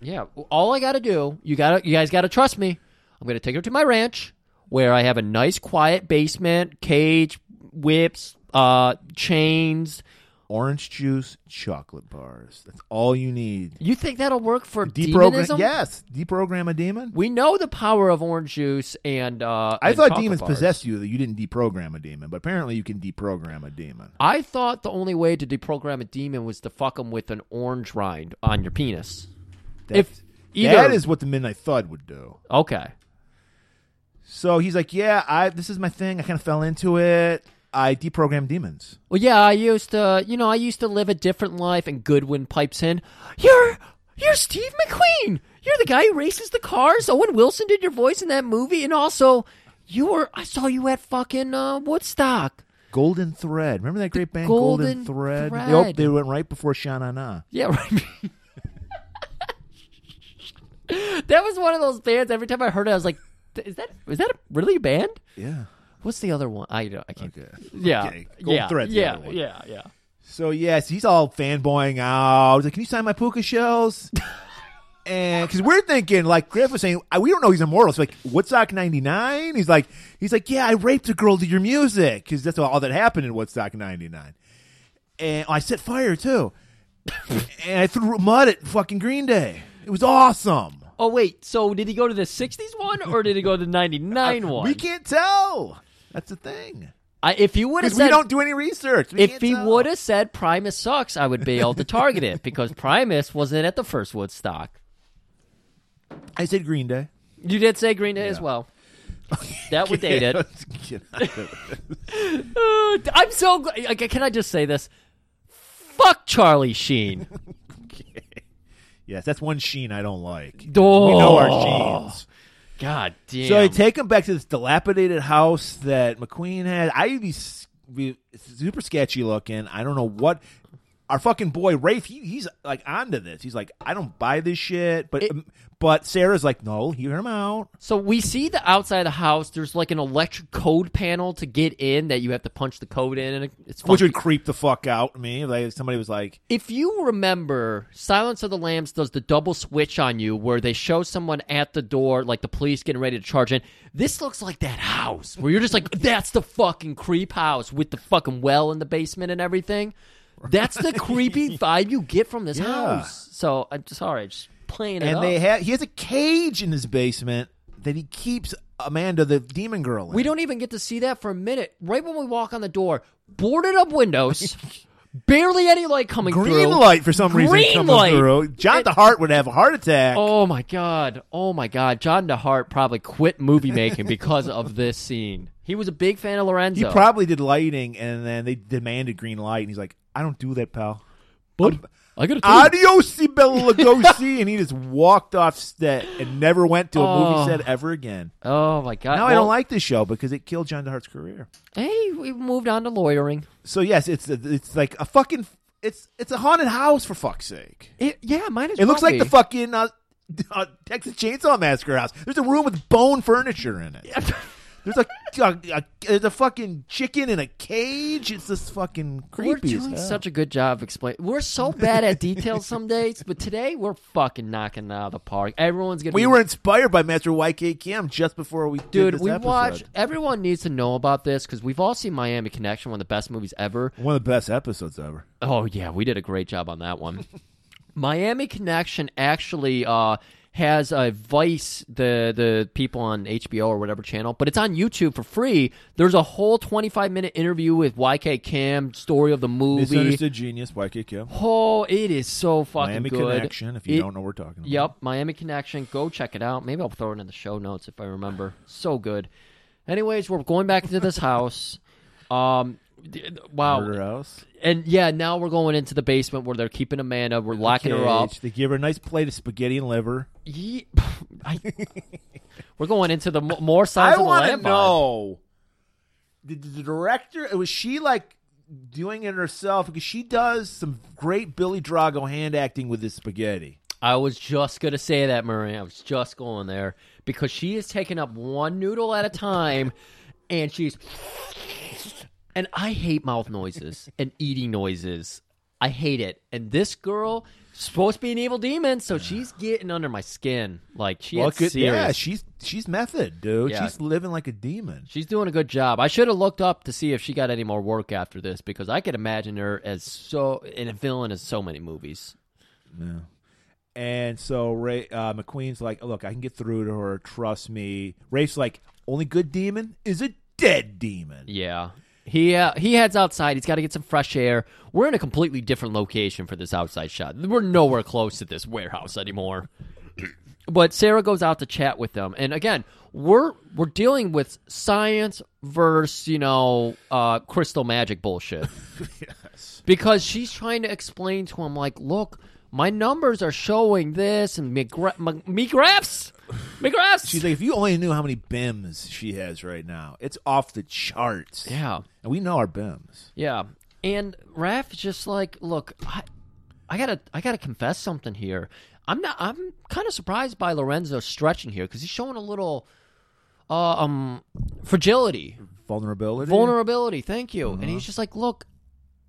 Speaker 2: yeah, all I got to do, you got, to you guys got to trust me. I'm gonna take her to my ranch, where I have a nice, quiet basement, cage, whips, uh, chains.
Speaker 3: Orange juice, chocolate bars. That's all you need.
Speaker 2: You think that'll work for demonism?
Speaker 3: Deprogram. Yes, deprogram a demon.
Speaker 2: We know the power of orange juice and. Uh,
Speaker 3: I
Speaker 2: and
Speaker 3: thought
Speaker 2: chocolate
Speaker 3: demons
Speaker 2: bars.
Speaker 3: possessed you that you didn't deprogram a demon, but apparently you can deprogram a demon.
Speaker 2: I thought the only way to deprogram a demon was to fuck them with an orange rind on your penis.
Speaker 3: That,
Speaker 2: If either-
Speaker 3: that is what the Midnight Thud would do.
Speaker 2: Okay.
Speaker 3: So he's like, "Yeah, I this is my thing. I kind of fell into it. I deprogram demons."
Speaker 2: Well, yeah, I used to, you know, I used to live a different life, and Goodwin pipes in, "You're, you're Steve McQueen. You're the guy who races the cars. Owen Wilson did your voice in that movie, and also, you were. I saw you at fucking uh, Woodstock.
Speaker 3: Golden Thread. Remember that great band, Golden,
Speaker 2: Golden
Speaker 3: Thread?
Speaker 2: Thread.
Speaker 3: They, op- they went right before Sha Na Na.
Speaker 2: Yeah, *laughs* right. that was one of those bands. Every time I heard it, I was like, "Is that is that a really a band?
Speaker 3: Yeah.
Speaker 2: What's the other one? I don't. I can't.
Speaker 3: Okay.
Speaker 2: Yeah.
Speaker 3: Okay, Golden
Speaker 2: yeah.
Speaker 3: Thread's the
Speaker 2: yeah.
Speaker 3: other one.
Speaker 2: Yeah. Yeah.
Speaker 3: So yes, he's all fanboying out. He's like, "Can you sign my
Speaker 2: *laughs*
Speaker 3: puka shells?" and because we're thinking, like Griff was saying, I- we don't know he's immortal. So like Woodstock '99, he's like, he's like, "Yeah, I raped a girl to your music," because that's all that happened in Woodstock '99. And I set fire too, *laughs* and I threw mud at fucking Green Day. It was awesome.
Speaker 2: Oh wait. So did he go to the '60s one or did he go to the
Speaker 3: *laughs*
Speaker 2: '99 one?
Speaker 3: Uh, We can't tell. That's the thing.
Speaker 2: I, if he would have
Speaker 3: Because we
Speaker 2: said,
Speaker 3: don't do any research. We
Speaker 2: if
Speaker 3: can't
Speaker 2: he
Speaker 3: tell.
Speaker 2: would have said Primus sucks, I would be able to target it
Speaker 3: *laughs*
Speaker 2: because Primus wasn't at the first Woodstock.
Speaker 3: I said Green Day.
Speaker 2: You did say Green Day as
Speaker 3: *laughs*
Speaker 2: well. That would date it.
Speaker 3: Get out of it.
Speaker 2: Uh, I'm so glad. Like, can I just say this? Fuck Charlie Sheen.
Speaker 3: Yes, that's one sheen I don't like.
Speaker 2: Oh.
Speaker 3: We know our sheens.
Speaker 2: God damn.
Speaker 3: *laughs* So they take him back to this dilapidated house that McQueen had. I be s- be super sketchy looking. I don't know what. Our fucking boy Rafe, he, he's like onto this. He's like, I don't buy this shit. But um,
Speaker 2: It-
Speaker 3: but Sarah's like, no, hear him out.
Speaker 2: So we see the outside of the house. There's like an electric code panel to get in that you have to punch the code in, and it- it's
Speaker 3: Which
Speaker 2: funky.
Speaker 3: would creep the fuck out me. Like somebody was like,
Speaker 2: if you remember, Silence of the Lambs does the double switch on you, where they show someone at the door, like the police getting ready to charge in. This looks like that house where you're just like, *laughs* that's the fucking creep house with the fucking well in the basement and everything. That's the
Speaker 3: *laughs*
Speaker 2: creepy vibe you get from this
Speaker 3: Yeah.
Speaker 2: house. So I'm sorry, just playing it
Speaker 3: and
Speaker 2: up.
Speaker 3: they had he has a cage in his basement that he keeps Amanda the demon girl in. *laughs*
Speaker 2: We don't even get to see that for a minute. Right when we walk on the door, boarded up windows, barely any light coming
Speaker 3: Green
Speaker 2: through.
Speaker 3: light for some
Speaker 2: Green
Speaker 3: reason coming
Speaker 2: light.
Speaker 3: through. John DeHart would have a heart attack.
Speaker 2: Oh my god. Oh my god. John DeHart probably quit movie making because of this scene. He was a big fan of
Speaker 3: he
Speaker 2: Lorenzo. Um,
Speaker 3: probably did lighting, and then they demanded green light, and he's like, "I don't do that, pal."
Speaker 2: but I gotta tell you,
Speaker 3: Adios, Bella Lugosi, and he just walked off set and never went to a
Speaker 2: Oh.
Speaker 3: movie set ever again.
Speaker 2: Oh my god.
Speaker 3: Now I don't
Speaker 2: Well,
Speaker 3: like this show because it killed John DeHart's career.
Speaker 2: Hey, we moved on to lawyering.
Speaker 3: So yes, it's it's like a fucking it's it's a haunted house for fuck's sake.
Speaker 2: It, yeah, might as
Speaker 3: It
Speaker 2: well
Speaker 3: looks like
Speaker 2: be.
Speaker 3: the fucking uh, *laughs* uh, Texas Chainsaw Massacre house. There's a room with bone furniture in
Speaker 2: *laughs*
Speaker 3: it. There's a, a, a there's a fucking chicken in a cage. It's just fucking
Speaker 2: We're
Speaker 3: creepy. as
Speaker 2: doing
Speaker 3: hell.
Speaker 2: such a good job of explaining. We're *laughs* so bad at details some days, but today we're fucking knocking it out of the park. Everyone's gonna.
Speaker 3: we
Speaker 2: be-
Speaker 3: were inspired by Master YK Kim just before we did
Speaker 2: dude.
Speaker 3: this
Speaker 2: We
Speaker 3: episode.
Speaker 2: watched. Everyone needs to know about this because we've all seen Miami Connection, one of the best movies ever.
Speaker 3: one of the best episodes ever.
Speaker 2: Oh yeah, we did a great job on that one. *laughs* Miami Connection actually uh, has a Vice, the the people on HBO or whatever channel, but it's on YouTube for free. There's a whole 25 minute interview with YK Kim, story of the movie.
Speaker 3: Misunderstood genius YK Kim.
Speaker 2: Oh, it is so fucking
Speaker 3: Miami
Speaker 2: good.
Speaker 3: Connection. If you
Speaker 2: It-
Speaker 3: don't know, what we're talking. about.
Speaker 2: Yep, Miami Connection. Go check it out. Maybe I'll throw it in the show notes if I remember. So good. Anyways, we're going back into this *laughs* house. Um, d- wow.
Speaker 3: Murder House.
Speaker 2: And yeah, now we're going into the basement where they're keeping Amanda. We're locking her up.
Speaker 3: Cage. They give her a nice plate of spaghetti and liver.
Speaker 2: Ye- *laughs* I- we're going into the mo- more signs
Speaker 3: I
Speaker 2: of the
Speaker 3: want to
Speaker 2: Lamb vibe.
Speaker 3: know. Did the director was she like doing it herself? Because she does some great Billy Drago hand acting with this spaghetti.
Speaker 2: I was just gonna say that, Marie. I was just going there because she is taking up one noodle at a time, and she's. And I hate mouth noises and eating noises. I hate it. And this girl supposed to be an evil demon, so she's getting under my skin. Like she
Speaker 3: Well,
Speaker 2: is
Speaker 3: good-
Speaker 2: serious.
Speaker 3: yeah, she's she's method, dude.
Speaker 2: Yeah.
Speaker 3: She's living like a demon.
Speaker 2: She's doing a good job. I should have looked up to see if she got any more work after this because I could imagine her as so in a villain in so many movies.
Speaker 3: And so Ray uh, McQueen's like, look, I can get through to her. Trust me. Rafe's like, only good demon is a dead demon.
Speaker 2: Yeah. He uh, he heads outside. He's got to get some fresh air. We're in a completely different location for this outside shot. We're nowhere close to this warehouse anymore. but Sarah goes out to chat with them, and again, we're we're dealing with science versus you know uh, crystal magic bullshit. because she's trying to explain to him like look my numbers are showing this and me, gra- my, me graphs me graphs
Speaker 3: She's like, if you only knew how many bims she has right now, it's off the charts.
Speaker 2: yeah
Speaker 3: And we know our bims.
Speaker 2: yeah and Raph is just like look I, I gotta i gotta confess something here i'm not i'm kind of surprised by lorenzo stretching here because he's showing a little uh, um fragility
Speaker 3: Vulnerability.
Speaker 2: vulnerability thank you and
Speaker 3: Mm-hmm.
Speaker 2: he's just like look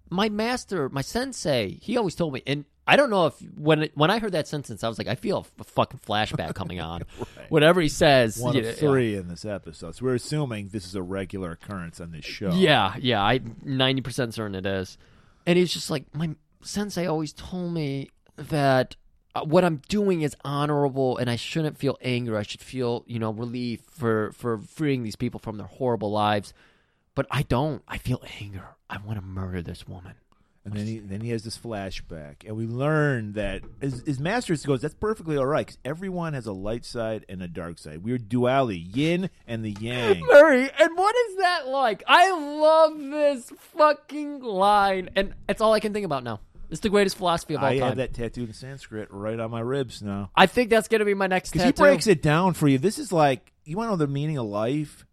Speaker 2: my master my sensei he always told me and i don't know if when it, when i heard that sentence i was like i feel a fucking flashback coming
Speaker 3: *laughs*
Speaker 2: on whatever he says
Speaker 3: One
Speaker 2: you know,
Speaker 3: of three in this episode. So we're assuming this is a regular occurrence on this show.
Speaker 2: yeah yeah i 90% certain it is and he's just like my sensei always told me that uh, what i'm doing is honorable and i shouldn't feel anger i should feel you know relief for for freeing these people from their horrible lives but i don't i feel anger i want to murder this woman
Speaker 3: And then he then he has this flashback, and we learn that his, his master goes, "That's perfectly all right, because everyone has a light side and a dark side. We're duality, yin and the
Speaker 2: *laughs*
Speaker 3: yang."
Speaker 2: Murray, and what is that like? I love this fucking line, and it's all I can think about now. It's the greatest philosophy of all
Speaker 3: I
Speaker 2: time.
Speaker 3: have that tattooed in Sanskrit right on my ribs now.
Speaker 2: I think that's gonna be my next
Speaker 3: Because
Speaker 2: tattoo.
Speaker 3: he breaks it down for you. This is like you want to know the meaning of life.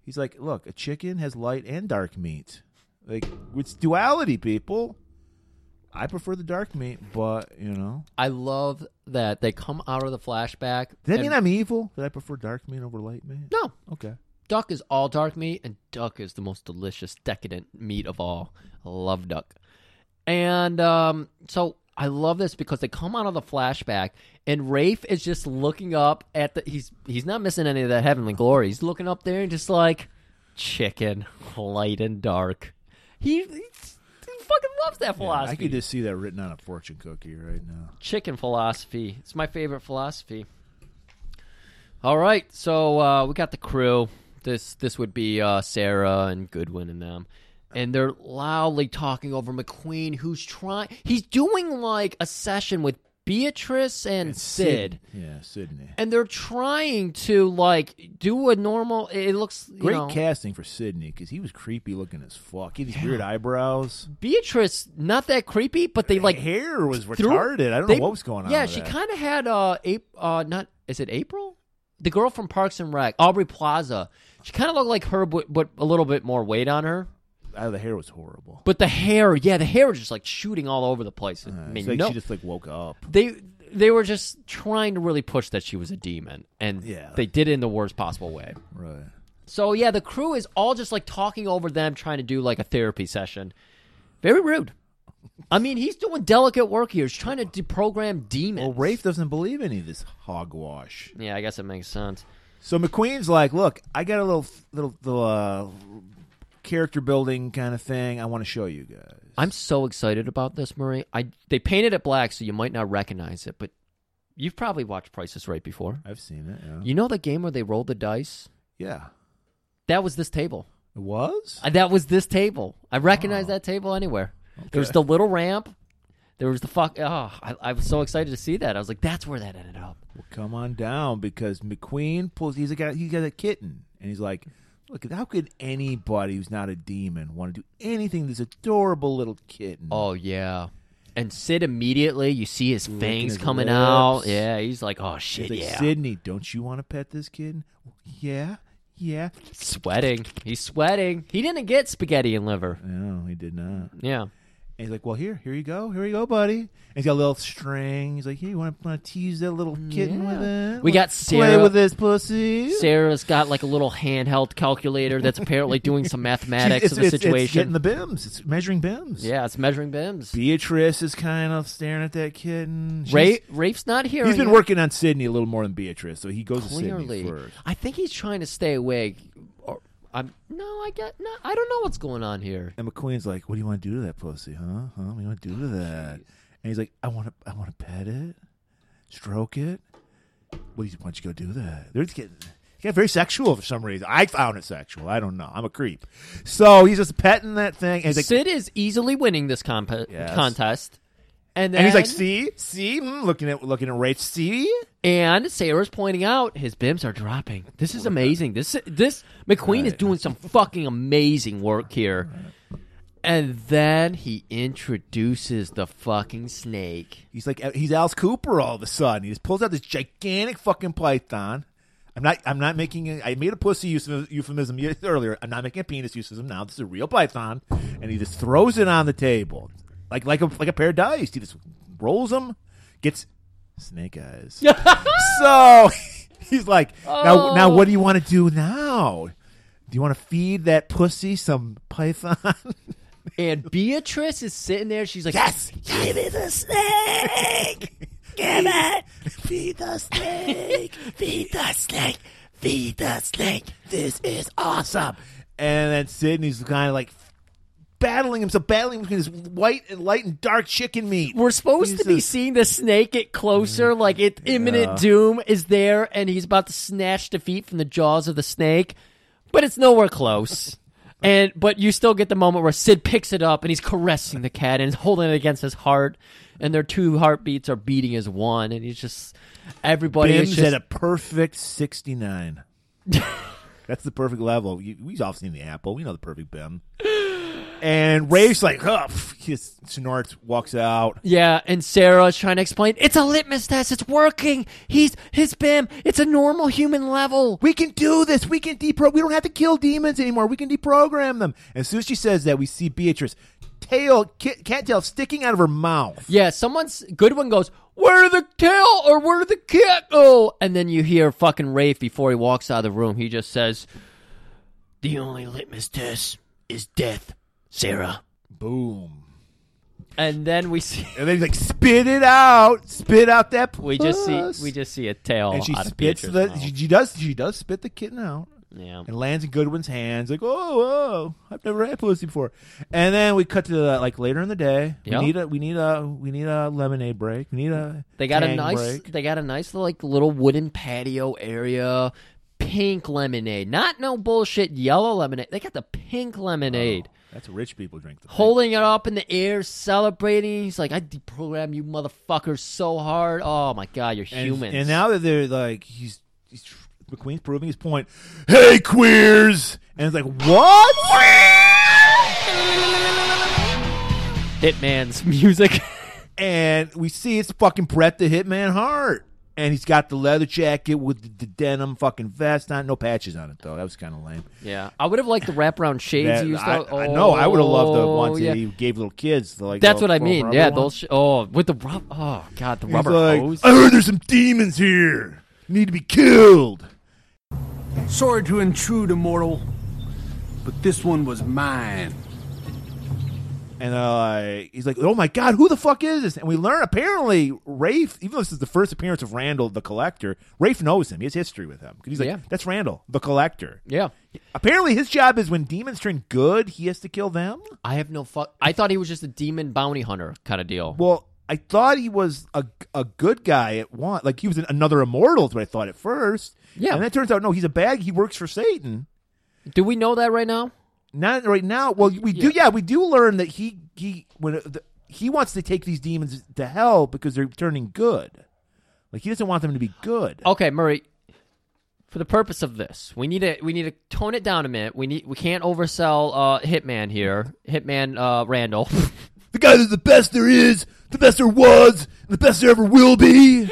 Speaker 3: He's like, look, a chicken has light and dark meat. Like it's duality, people. I prefer the dark meat, but you know,
Speaker 2: I love that they come out of the flashback.
Speaker 3: does that
Speaker 2: and-
Speaker 3: mean I'm evil? That I prefer dark meat over light meat?
Speaker 2: no?
Speaker 3: Okay.
Speaker 2: Duck is all dark meat, and duck is the most delicious, decadent meat of all. I love duck. And um, so I love this because they come out of the flashback, and Rafe is just looking up at the. He's he's not missing any of that heavenly glory. He's looking up there and just like chicken, light and dark. He, he, fucking loves that philosophy.
Speaker 3: I could just see that written on a fortune cookie right now.
Speaker 2: chicken philosophy. It's my favorite philosophy. All right, so uh, we got the crew. This this would be uh, Sarah and Goodwin and them, and they're loudly talking over McQueen, who's trying. He's doing like a session with Beatrice and, Sid.
Speaker 3: Yeah, Sydney.
Speaker 2: and they're trying to like do a normal. It looks you
Speaker 3: Great
Speaker 2: know,
Speaker 3: casting for Sydney because he was creepy looking as fuck. He had these weird eyebrows.
Speaker 2: Beatrice not that creepy, but they like
Speaker 3: hair was
Speaker 2: threw-
Speaker 3: retarded. I don't
Speaker 2: they-
Speaker 3: know what was going on.
Speaker 2: Yeah,
Speaker 3: with
Speaker 2: she
Speaker 3: that.
Speaker 2: kind of had uh, Ap- uh, not is it April? The girl from Parks and Rec, Aubrey Plaza. She kind of looked like her, but, but a little bit more weight on her.
Speaker 3: Oh, the hair was horrible.
Speaker 2: But the hair, yeah, the hair was just like shooting all over the place. I
Speaker 3: Uh,
Speaker 2: mean,
Speaker 3: it's like
Speaker 2: no,
Speaker 3: she just like woke up.
Speaker 2: they they were just trying to really push that she was a demon, and
Speaker 3: Yeah.
Speaker 2: they did it in the worst possible way.
Speaker 3: Right.
Speaker 2: So yeah, the crew is all just like talking over them, trying to do like a therapy session. Very rude. I mean, he's doing delicate work here. He's trying to deprogram demons.
Speaker 3: Well, Rafe doesn't believe any of this hogwash.
Speaker 2: Yeah, I guess it makes sense.
Speaker 3: So McQueen's like, "Look, I got a little little, little uh, character building kind of thing. I want to show you guys."
Speaker 2: I'm so excited about this, Murray. I they painted it black, so you might not recognize it, but you've probably watched Prices Right before.
Speaker 3: I've seen it. Yeah.
Speaker 2: You know the game where they roll the dice?
Speaker 3: yeah.
Speaker 2: That was this table.
Speaker 3: It was?
Speaker 2: Uh, That was this table. I recognize that table anywhere. There was the little ramp. There was the fuck. Oh, I, I was so excited to see that. I was like, that's where that ended up.
Speaker 3: Well, come on down because McQueen pulls. He's a guy. He got a kitten, and he's like, "Look, how could anybody who's not a demon want to do anything to this adorable little kitten?"
Speaker 2: Oh yeah. And Sid immediately, you see his fangs
Speaker 3: his
Speaker 2: coming
Speaker 3: lips.
Speaker 2: out. Yeah, he's like, oh shit,
Speaker 3: he's like,
Speaker 2: yeah.
Speaker 3: Sydney, don't you want to pet this kitten? Yeah, yeah.
Speaker 2: Sweating. He's sweating. He didn't get spaghetti and liver.
Speaker 3: No, he did not.
Speaker 2: Yeah.
Speaker 3: And he's like, "Well, here, here you go, here you go, buddy." And he's got a little string. He's like, "Here, you want to tease that little kitten
Speaker 2: Yeah.
Speaker 3: with it?
Speaker 2: We got
Speaker 3: play
Speaker 2: Sarah-
Speaker 3: with this pussy."
Speaker 2: Sarah's got like a little handheld calculator that's apparently doing
Speaker 3: *laughs*
Speaker 2: some
Speaker 3: She's-
Speaker 2: mathematics
Speaker 3: it's,
Speaker 2: of the
Speaker 3: it's- it's
Speaker 2: situation.
Speaker 3: getting the bims. It's measuring bims.
Speaker 2: yeah, it's measuring bims.
Speaker 3: Beatrice is kind of staring at that kitten. She's-
Speaker 2: Ra- Rafe's not here.
Speaker 3: He's been working on Sydney a little more than Beatrice, so he goes to Sydney
Speaker 2: clearly.
Speaker 3: first.
Speaker 2: I think he's trying to stay awake. Or I'm no, I get no, I don't know what's going on here.
Speaker 3: And McQueen's like, "What do you want to do to that pussy, huh? Huh? What do you want to do to that?" And he's like, "I want to, I want to pet it, stroke it. What do you, why don't you go do that?" They're just getting. He got very sexual for some reason. I found it sexual. I don't know. I'm a creep. So he's just petting that thing, and he's like,
Speaker 2: Sid is easily winning this comp-
Speaker 3: Yes.
Speaker 2: contest. And then
Speaker 3: and he's like, "See, see, mm, looking at looking at Rafe, see."
Speaker 2: And Sarah's pointing out his bims are dropping. This is amazing. This this McQueen is doing some fucking amazing work here. And then he introduces the fucking snake.
Speaker 3: He's like he's Alice Cooper all of a sudden. He just pulls out this gigantic fucking python. I'm not. I'm not making. A, I made a pussy euphemism, euphemism ye- earlier. I'm not making a penis euphemism now. This is a real python, and he just throws it on the table, like like a like a pair of dice. He just rolls them, gets snake eyes. so *laughs* he's like, now, now what do you want to do now? Do you want to feed that pussy some python? *laughs*
Speaker 2: And Beatrice is sitting there. She's like,
Speaker 3: Yes, give me the snake. give it. Feed the snake. Feed the snake. Feed the snake. This is awesome. And then Sydney's kind of like battling himself, battling between this white and light and dark chicken meat.
Speaker 2: We're supposed to be
Speaker 3: Jesus. Mm-hmm.
Speaker 2: seeing the snake get closer, like it imminent doom is there, and he's about to snatch defeat from the jaws of the snake, but it's nowhere
Speaker 3: *laughs*
Speaker 2: close. and but you still get the moment where Sid picks it up and he's caressing the cat and he's holding it against his heart, and their two heartbeats are beating as one, and he's just everybody is
Speaker 3: Bim's
Speaker 2: just
Speaker 3: at a
Speaker 2: *laughs*
Speaker 3: perfect sixty-nine. That's the perfect level. You, we've all seen the apple. We know the perfect Bim. And Rafe's like, oh, he just snorts, walks out.
Speaker 2: Yeah, and Sarah is trying to explain it's a litmus test, it's working. He's his bim, it's a normal human level.
Speaker 3: We can do this. We can depro. We don't have to kill demons anymore. We can deprogram them. And as soon as she says that, we see Beatrice tail cat, cat tail sticking out of her mouth.
Speaker 2: Yeah, someone's Goodwin goes, "Where did the tail or where did the cat go?" And then you hear fucking Rafe before he walks out of the room. He just says, "The only litmus test is death, Sarah."
Speaker 3: Boom.
Speaker 2: And then we see
Speaker 3: And then he's like, spit it out. Spit out that. Puss.
Speaker 2: we just see we just see a tail
Speaker 3: And she
Speaker 2: out of
Speaker 3: spits
Speaker 2: Beatrice's
Speaker 3: the.
Speaker 2: mouth.
Speaker 3: She, she does. She does spit the kitten out.
Speaker 2: yeah.
Speaker 3: And lands in Goodwin's hands, like, oh, oh, I've never had pussy before. And then we cut to the, like later in the day.
Speaker 2: Yeah.
Speaker 3: We need a, we need a, we need a lemonade break. We need a.
Speaker 2: They got a
Speaker 3: tang
Speaker 2: nice
Speaker 3: break.
Speaker 2: they got a nice like little wooden patio area. Pink lemonade, not no bullshit yellow lemonade. They got the pink lemonade.
Speaker 3: That's rich people drink. The
Speaker 2: holding it up in the air, celebrating. He's like, I deprogram you motherfuckers so hard. Oh my god, you're
Speaker 3: and,
Speaker 2: humans.
Speaker 3: And now that they're like, he's, he's McQueen's proving his point. Hey, queers, and it's like what?
Speaker 2: Hitman's music. *laughs*
Speaker 3: and we see it's fucking Brett the Hitman Hart. And he's got the leather jacket with the, the denim fucking vest on. No patches on it, though. That was kind of lame.
Speaker 2: yeah, I would have liked the wraparound shades
Speaker 3: That-
Speaker 2: he used.
Speaker 3: I,
Speaker 2: out.
Speaker 3: I know. I would have loved the
Speaker 2: Oh,
Speaker 3: ones
Speaker 2: yeah.
Speaker 3: that he gave little kids. The, like,
Speaker 2: That's
Speaker 3: the
Speaker 2: what I
Speaker 4: Or
Speaker 2: mean.
Speaker 4: rubber
Speaker 2: Yeah,
Speaker 4: one.
Speaker 2: those. Sh- oh, with the rub. Oh god, the
Speaker 3: He's
Speaker 2: rubber
Speaker 3: like,
Speaker 2: hose.
Speaker 3: I heard there's some demons here. Need to be killed.
Speaker 5: Sorry to intrude, immortal, but this one was mine.
Speaker 3: And uh, he's like, "Oh my god, who the fuck is this?" And we learn apparently Rafe, even though this is the first appearance of Randall the Collector, Rafe knows him. He has history with him 'Cause he's like,
Speaker 2: Yeah.
Speaker 3: "That's Randall the Collector."
Speaker 2: Yeah,
Speaker 3: Apparently, his job is when demons turn good, he has to kill them.
Speaker 2: I have no fuck. I thought he was just a demon bounty hunter kind of deal.
Speaker 3: Well, I thought he was a, a good guy at one, like he was an, another immortal. Is what I thought at first.
Speaker 2: Yeah.
Speaker 3: and then it turns out no, he's a bad. He works for Satan.
Speaker 2: Do we know that right now?
Speaker 3: Not right now. Well, we do. Yeah, we do learn that he he when uh, the, he wants to take these demons to hell because they're turning good. Like he doesn't want them to be good.
Speaker 2: Okay, Murray. For the purpose of this, we need to we need to tone it down a minute. We need we can't oversell uh, Hitman here. Hitman uh, Randall. *laughs*
Speaker 3: The guy that's the best there is, the best there was, the best there ever will be.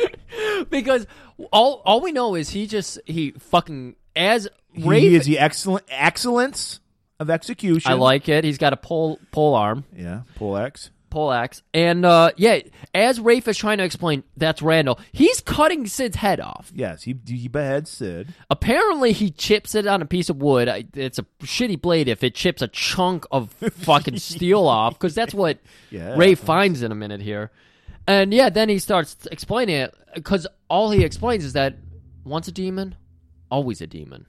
Speaker 2: because all all we know is he just he fucking as Rafe.
Speaker 3: He is the excellent excellence of execution.
Speaker 2: I like it. He's got a pole pole arm,
Speaker 3: Yeah, pull X.
Speaker 2: pole axe, and uh, yeah, as Rafe is trying to explain, that's Randall. He's cutting Sid's head off.
Speaker 3: Yes, he he beheads Sid.
Speaker 2: Apparently, he chips it on a piece of wood. I- It's a shitty blade if it chips a chunk of fucking steel off, because that's what
Speaker 3: Yeah.
Speaker 2: Ray finds in a minute here. And yeah, then he starts explaining it, because all he explains is that once a demon, always a demon.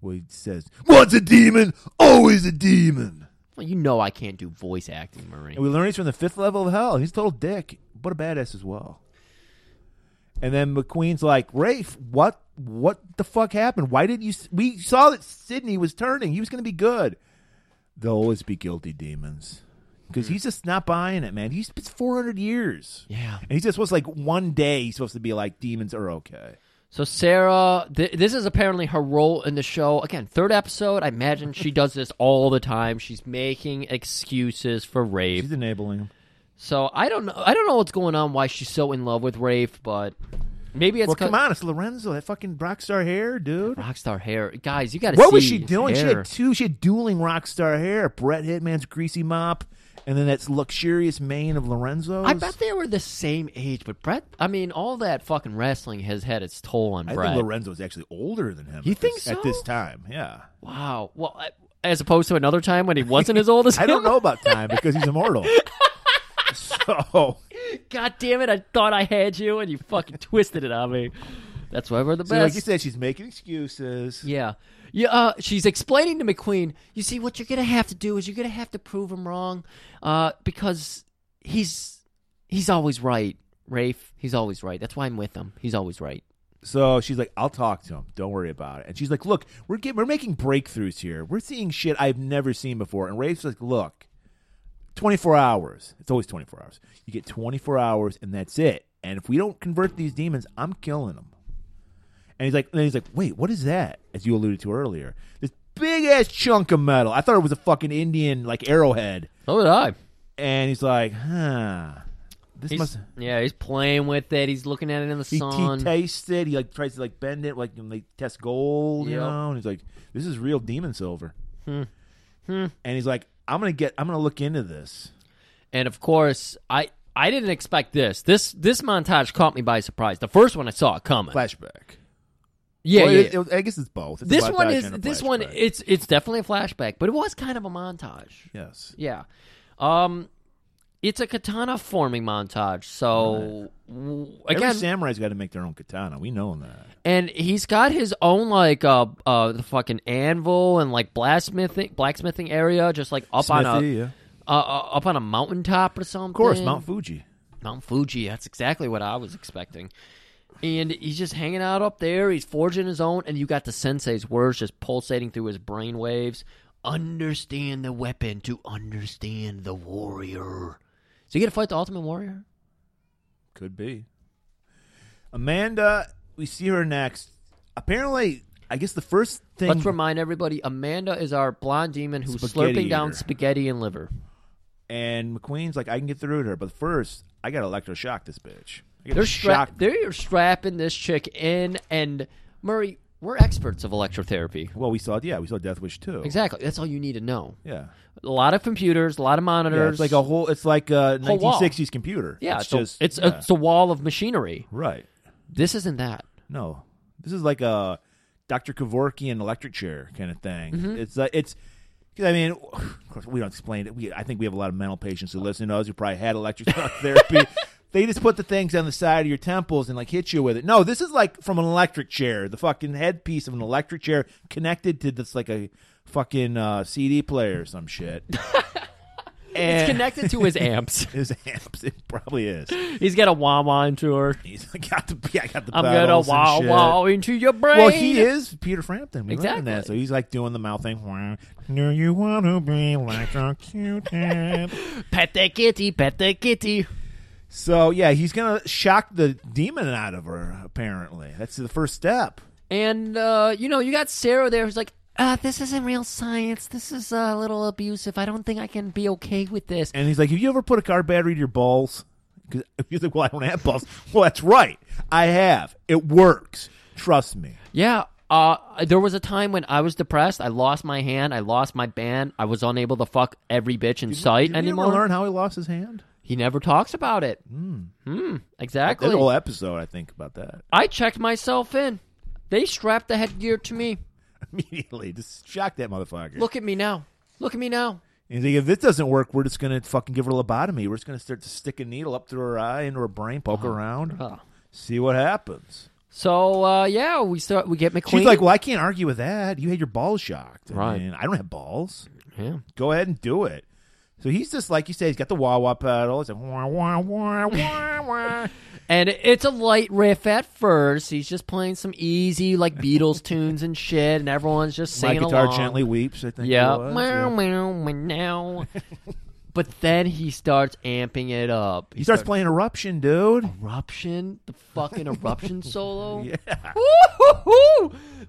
Speaker 3: Well, he says, "Once a demon, always a demon."
Speaker 2: Well, you know I can't do voice acting, Marie.
Speaker 3: And we learn he's from the fifth level of hell. He's a total dick, but a badass as well. And then McQueen's like, Rafe, what what the fuck happened? Why didn't you s- we saw that Sydney was turning. He was gonna be good. They'll always be guilty demons. Because he's just not buying it, man. He's it's four hundred years.
Speaker 2: Hmm. Yeah.
Speaker 3: And he's just supposed to like one day he's supposed to be like, demons are okay.
Speaker 2: So Sarah, th- this is apparently her role in the show. Again, third episode. I imagine she does this all the time. She's making excuses for Rafe.
Speaker 3: He's enabling him.
Speaker 2: So I don't know. I don't know what's going on. Why she's so in love with Rafe, but maybe it's
Speaker 3: Well,
Speaker 2: co-
Speaker 3: come on, it's Lorenzo, that fucking rock star hair, dude.
Speaker 2: Rockstar hair, guys. You got to.
Speaker 3: What was she doing? She had two. She had dueling rock star hair: Brett Hitman's greasy mop, and then that's luxurious mane of Lorenzo's.
Speaker 2: I bet they were the same age, but Brett. I mean, all that fucking wrestling has had its toll on
Speaker 3: I
Speaker 2: Brett.
Speaker 3: think Lorenzo's actually older than him.
Speaker 2: You
Speaker 3: at
Speaker 2: think
Speaker 3: this, at
Speaker 2: so?
Speaker 3: this time? Yeah.
Speaker 2: wow. Well, I- as opposed to another time when he wasn't as old as
Speaker 3: *laughs* I don't
Speaker 2: him?
Speaker 3: know about time because he's immortal. so
Speaker 2: *laughs* God damn it! I thought I had you, and you fucking twisted it on me. That's why we're the
Speaker 3: So
Speaker 2: best.
Speaker 3: like you said, she's making excuses.
Speaker 2: Yeah. Yeah, uh, she's explaining to McQueen, you see, what you're going to have to do is you're going to have to prove him wrong uh, because he's he's always right, Rafe. He's always right. That's why I'm with him. He's always right.
Speaker 3: So she's like, "I'll talk to him. Don't worry about it." And she's like, "Look, we're getting, we're making breakthroughs here. We're seeing shit I've never seen before." And Rafe's like, "Look, twenty four hours. It's always twenty four hours. You get twenty four hours, and that's it. And if we don't convert these demons, I'm killing them." And he's like, and he's like, "Wait, what is that?" As you alluded to earlier, this big ass chunk of metal. I thought it was a fucking Indian like arrowhead.
Speaker 2: So did I.
Speaker 3: And he's like, "Huh." This must.
Speaker 2: yeah, he's playing with it. He's looking at it in the
Speaker 3: He, he
Speaker 2: sun.
Speaker 3: tastes it. He like tries to like bend it, like when they test gold, you
Speaker 2: Yep. Hmm.
Speaker 3: know. And he's like, "This is real demon silver." And he's like, "I'm gonna get. I'm gonna look into this."
Speaker 2: and of course, I I didn't expect this. This this montage caught me by surprise. The first one I saw it coming.
Speaker 3: Flashback.
Speaker 2: yeah,
Speaker 3: Well,
Speaker 2: yeah.
Speaker 3: it- it- I guess it's both. It's a
Speaker 2: this one
Speaker 3: montage
Speaker 2: is
Speaker 3: and a
Speaker 2: this one
Speaker 3: flashback.
Speaker 2: it's it's definitely a flashback, but it was kind of a montage.
Speaker 3: yes.
Speaker 2: Yeah. Um it's a katana forming montage. So w-
Speaker 3: Every
Speaker 2: again,
Speaker 3: samurai's got to make their own katana. We know that.
Speaker 2: and he's got his own like uh uh the fucking anvil and like blacksmithing blacksmithing area just like up on a
Speaker 3: Smithy, yeah.
Speaker 2: uh, uh, up on a mountaintop or something.
Speaker 3: Of course, Mount Fuji.
Speaker 2: Mount Fuji. That's exactly what I was expecting. And he's just hanging out up there. He's forging his own, and you got the sensei's words just pulsating through his brain waves. understand the weapon to understand the warrior. So you get to fight the Ultimate Warrior?
Speaker 3: Could be. Amanda, we see her next. Apparently, I guess the first thing.
Speaker 2: Let's remind everybody Amanda is our blonde demon who's
Speaker 3: Spaghetti
Speaker 2: slurping down
Speaker 3: eater.
Speaker 2: spaghetti and liver.
Speaker 3: and McQueen's like, I can get through to her, but first, I got to electroshock this bitch. I gotta
Speaker 2: They're
Speaker 3: shock.
Speaker 2: stra- they're strapping this chick in and Murray, we're experts of electrotherapy.
Speaker 3: well, we saw, yeah, we saw Death Wish too.
Speaker 2: Exactly. That's all you need to know.
Speaker 3: Yeah.
Speaker 2: A lot of computers, a lot of monitors.
Speaker 3: Yeah, it's like a whole. It's like a
Speaker 2: Whole wall.
Speaker 3: 1960s computer.
Speaker 2: Yeah,
Speaker 3: it's
Speaker 2: a-
Speaker 3: just
Speaker 2: it's
Speaker 3: yeah.
Speaker 2: it's a wall of machinery.
Speaker 3: right.
Speaker 2: This isn't that.
Speaker 3: No, this is like a Dr. Kevorkian electric chair kind of thing.
Speaker 2: Mm-hmm.
Speaker 3: It's like it's. 'cause, I mean, *sighs* of course, we don't explain it. We, I think we have a lot of mental patients who listen to us who probably had electric *laughs* shock therapy. They just put the things on the side of your temples and like hit you with it. No, this is like from an electric chair, the fucking headpiece of an electric chair connected to this like a fucking uh, CD player or
Speaker 2: *laughs*
Speaker 3: some shit.
Speaker 2: It's
Speaker 3: and
Speaker 2: connected to *laughs* his amps.
Speaker 3: his amps, it probably is.
Speaker 2: He's got a wah wah into her.
Speaker 3: He's like, got the, yeah, I got the
Speaker 2: I'm gonna
Speaker 3: pedals and
Speaker 2: wah
Speaker 3: shit.
Speaker 2: wah into your brain.
Speaker 3: Well, he is Peter Frampton. We learned that,
Speaker 2: Exactly.
Speaker 3: so he's like doing the mouth thing. "Wah, Do you want to be electrocuted?
Speaker 2: pet the kitty, pet the kitty.
Speaker 3: so yeah, he's gonna shock the demon out of her. Apparently, that's the first step.
Speaker 2: And uh, you know, you got Sarah there who's like, uh, this isn't real science. This is a little abusive. I don't think I can be okay with this.
Speaker 3: And he's like, "Have you ever put a car battery to your balls?" Because *laughs* he's like, "Well, I don't have balls." *laughs* well, that's right. I have. It works. Trust me.
Speaker 2: Yeah. Uh, there was a time when I was depressed. I lost my hand. I lost my band. I was unable to fuck every bitch in sight
Speaker 3: Did
Speaker 2: anymore.
Speaker 3: you ever learn how he lost his hand?
Speaker 2: He never talks about it. Hmm.
Speaker 3: There's a whole
Speaker 2: exactly.
Speaker 3: episode, I think, about that. *laughs*
Speaker 2: I checked myself in. They strapped the headgear to me.
Speaker 3: Immediately, just shock that motherfucker.
Speaker 2: Look at me now. Look at me now.
Speaker 3: And he's like, if this doesn't work, we're just gonna fucking give her a lobotomy. We're just gonna start to stick a needle up through her eye into her brain, poke around,
Speaker 2: Oh.
Speaker 3: see what happens.
Speaker 2: So uh, yeah, we start. We get McQueen.
Speaker 3: She's like, well, I can't argue with that. You had your balls shocked. I
Speaker 2: Right.
Speaker 3: mean, I don't have balls.
Speaker 2: Yeah.
Speaker 3: Go ahead and do it. So he's just like you say, he's got the wah wah pedal. He's like wah wah
Speaker 2: *laughs*
Speaker 3: wah wah wah.
Speaker 2: and it's a light riff at first. He's just playing some easy like
Speaker 3: *laughs*
Speaker 2: Beatles tunes and shit, and everyone's just
Speaker 3: My
Speaker 2: singing
Speaker 3: guitar
Speaker 2: along.
Speaker 3: gently weeps. I think. it
Speaker 2: Yeah.
Speaker 3: was.
Speaker 2: Meow, meow,
Speaker 3: *laughs*
Speaker 2: meow. but then he starts amping it up.
Speaker 3: He starts playing Eruption,
Speaker 2: Oh.
Speaker 3: dude.
Speaker 2: eruption, the fucking eruption solo.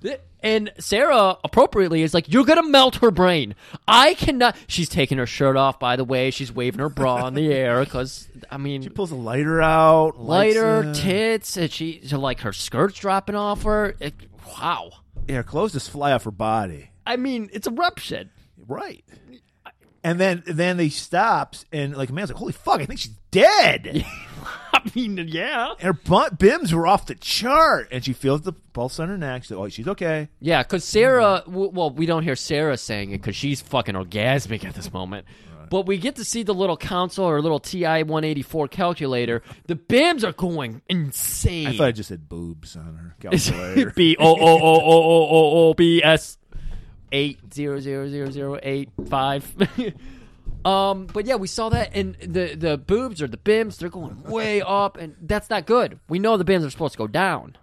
Speaker 2: Yeah. And Sarah appropriately is like, "You're gonna melt her brain. I cannot." She's taking her shirt off. By the way, she's waving her bra in the air because I mean,
Speaker 3: Pulls a lighter out. lights
Speaker 2: lighter
Speaker 3: it.
Speaker 2: tits, and she so, like her skirt's dropping off her. It, wow.
Speaker 3: Yeah, her clothes just fly off her body.
Speaker 2: I mean, it's eruption. *laughs*
Speaker 3: Right. And then then they stops and like man's like, holy fuck, I think she's dead.
Speaker 2: I mean, yeah,
Speaker 3: Her butt bims were off the chart, and she feels the pulse on her neck. She's like, oh, she's okay.
Speaker 2: yeah. Because Sarah,
Speaker 3: Mm-hmm.
Speaker 2: w- well, we don't hear Sarah saying it because she's fucking orgasmic at this moment. But we get to see the little console or little TI 184 calculator. The BIMs are going insane.
Speaker 3: I thought I just said boobs on her
Speaker 2: *laughs*
Speaker 3: calculator.
Speaker 2: B O O O O O O O B S eight zero zero zero zero eight five. *laughs* Um, but yeah, we saw that, and the the boobs or the bims, they're going way up, and that's not good. We know the bims are supposed to go down.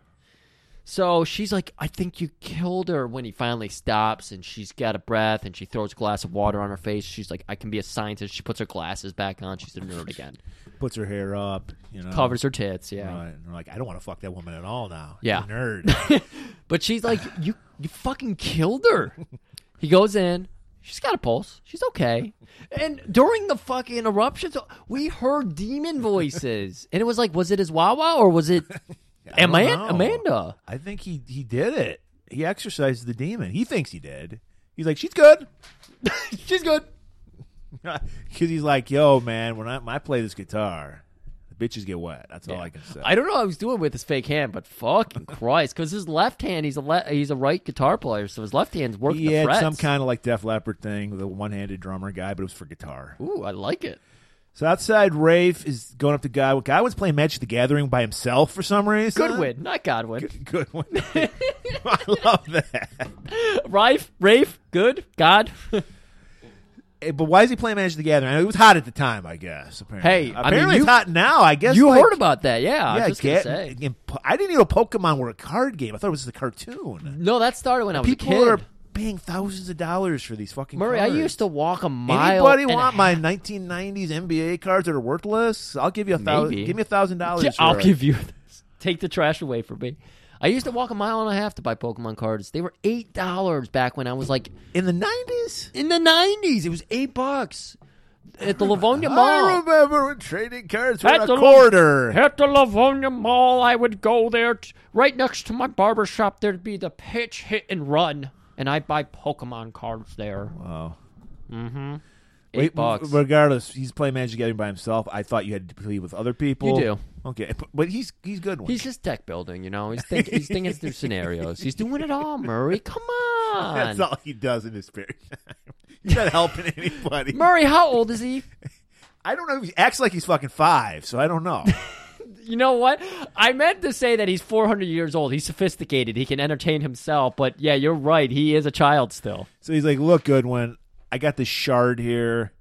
Speaker 2: So she's like, "I think you killed her." When he finally stops, and she's got a breath, and she throws a glass of water on her face. She's like, "I can be a scientist." She puts her glasses back on. She's a nerd again.
Speaker 3: Puts her hair up, you know.
Speaker 2: Covers her tits. Yeah.
Speaker 3: Right. And they're like, I don't want to fuck that woman at all now.
Speaker 2: Yeah. *laughs*
Speaker 3: You nerd.
Speaker 2: But she's like, you you fucking killed her. He goes in. She's got a pulse. She's okay. And during the fucking eruptions, we heard demon voices, and it was like, was it his Wawa or was it
Speaker 3: *laughs* I don't
Speaker 2: Aman-
Speaker 3: know.
Speaker 2: Amanda?
Speaker 3: I think he he did it. He exercised the demon. He thinks he did. He's like, she's good. *laughs*
Speaker 2: She's good.
Speaker 3: Because he's like, yo, man, when I, when I play this guitar, the bitches get wet. That's all I can say.
Speaker 2: I don't know what I was doing with his fake hand, but
Speaker 3: *laughs*
Speaker 2: fucking Christ, because his left hand, he's a le- he's a right guitar player, so his left hand's working
Speaker 3: he
Speaker 2: the
Speaker 3: had
Speaker 2: frets.
Speaker 3: some kind of like Def Leppard thing with a one-handed drummer guy, but it was for guitar.
Speaker 2: Ooh, I like it.
Speaker 3: So outside, Rafe is going up to Guy. Guy was playing Magic the Gathering by himself for some reason.
Speaker 2: Goodwin, not Godwin.
Speaker 3: Good one. *laughs* I love that.
Speaker 2: Rafe, Rafe, good God.
Speaker 3: Eh, But why is he playing Magic the Gathering? I know it was hot at the time, I guess. Apparently.
Speaker 2: Hey, I mean,
Speaker 3: apparently
Speaker 2: you-
Speaker 3: it's hot now. I guess
Speaker 2: you
Speaker 3: like-
Speaker 2: heard about that, yeah? I
Speaker 3: Yeah,
Speaker 2: was just
Speaker 3: get-
Speaker 2: gonna say.
Speaker 3: and po- I didn't know Pokemon were a card game. I thought it was just a cartoon.
Speaker 2: No, that started when I was
Speaker 3: people
Speaker 2: a kid.
Speaker 3: are paying thousands of dollars for these fucking
Speaker 2: Murray,
Speaker 3: cards.
Speaker 2: I used to walk a mile.
Speaker 3: Anybody
Speaker 2: and a
Speaker 3: want my 1990s NBA cards that are worthless? I'll give you a thousand.
Speaker 2: Maybe.
Speaker 3: Give me a thousand dollars.
Speaker 2: Yeah,
Speaker 3: for
Speaker 2: I'll
Speaker 3: it.
Speaker 2: give you this. Take the trash away from me. I used to walk a mile and a half to buy Pokemon cards. They were eight dollars back when I was like
Speaker 3: in the 90s.
Speaker 2: in the nineties. It was eight bucks at the Livonia
Speaker 3: I
Speaker 2: Mall.
Speaker 3: remember when trading cards were
Speaker 2: At
Speaker 3: a
Speaker 2: the-
Speaker 3: quarter.
Speaker 2: At the Livonia Mall, I would go there t- right next to my barber shop. There'd be the pitch, hit, and run, and I'd buy Pokemon cards there.
Speaker 3: Wow.
Speaker 2: Eight
Speaker 3: Wait,
Speaker 2: bucks.
Speaker 3: Regardless, he's playing Magic the Gathering by himself. I thought you had to play with other people.
Speaker 2: You do.
Speaker 3: Okay, but- but he's he's good one.
Speaker 2: He's just deck building, you know. He's, think, he's thinking through scenarios. He's doing it all, Murray. Come on.
Speaker 3: *laughs* That's all he does in his spare *laughs* time. He's not
Speaker 2: *laughs*
Speaker 3: helping anybody.
Speaker 2: Murray, how old is he?
Speaker 3: I don't know. He acts like he's fucking five, so I don't know.
Speaker 2: You know what? I meant to say that he's 400 years old. He's sophisticated. He can entertain himself. But yeah, you're right. He is a child still.
Speaker 3: so he's like, "Look, Goodwin, I got this shard here.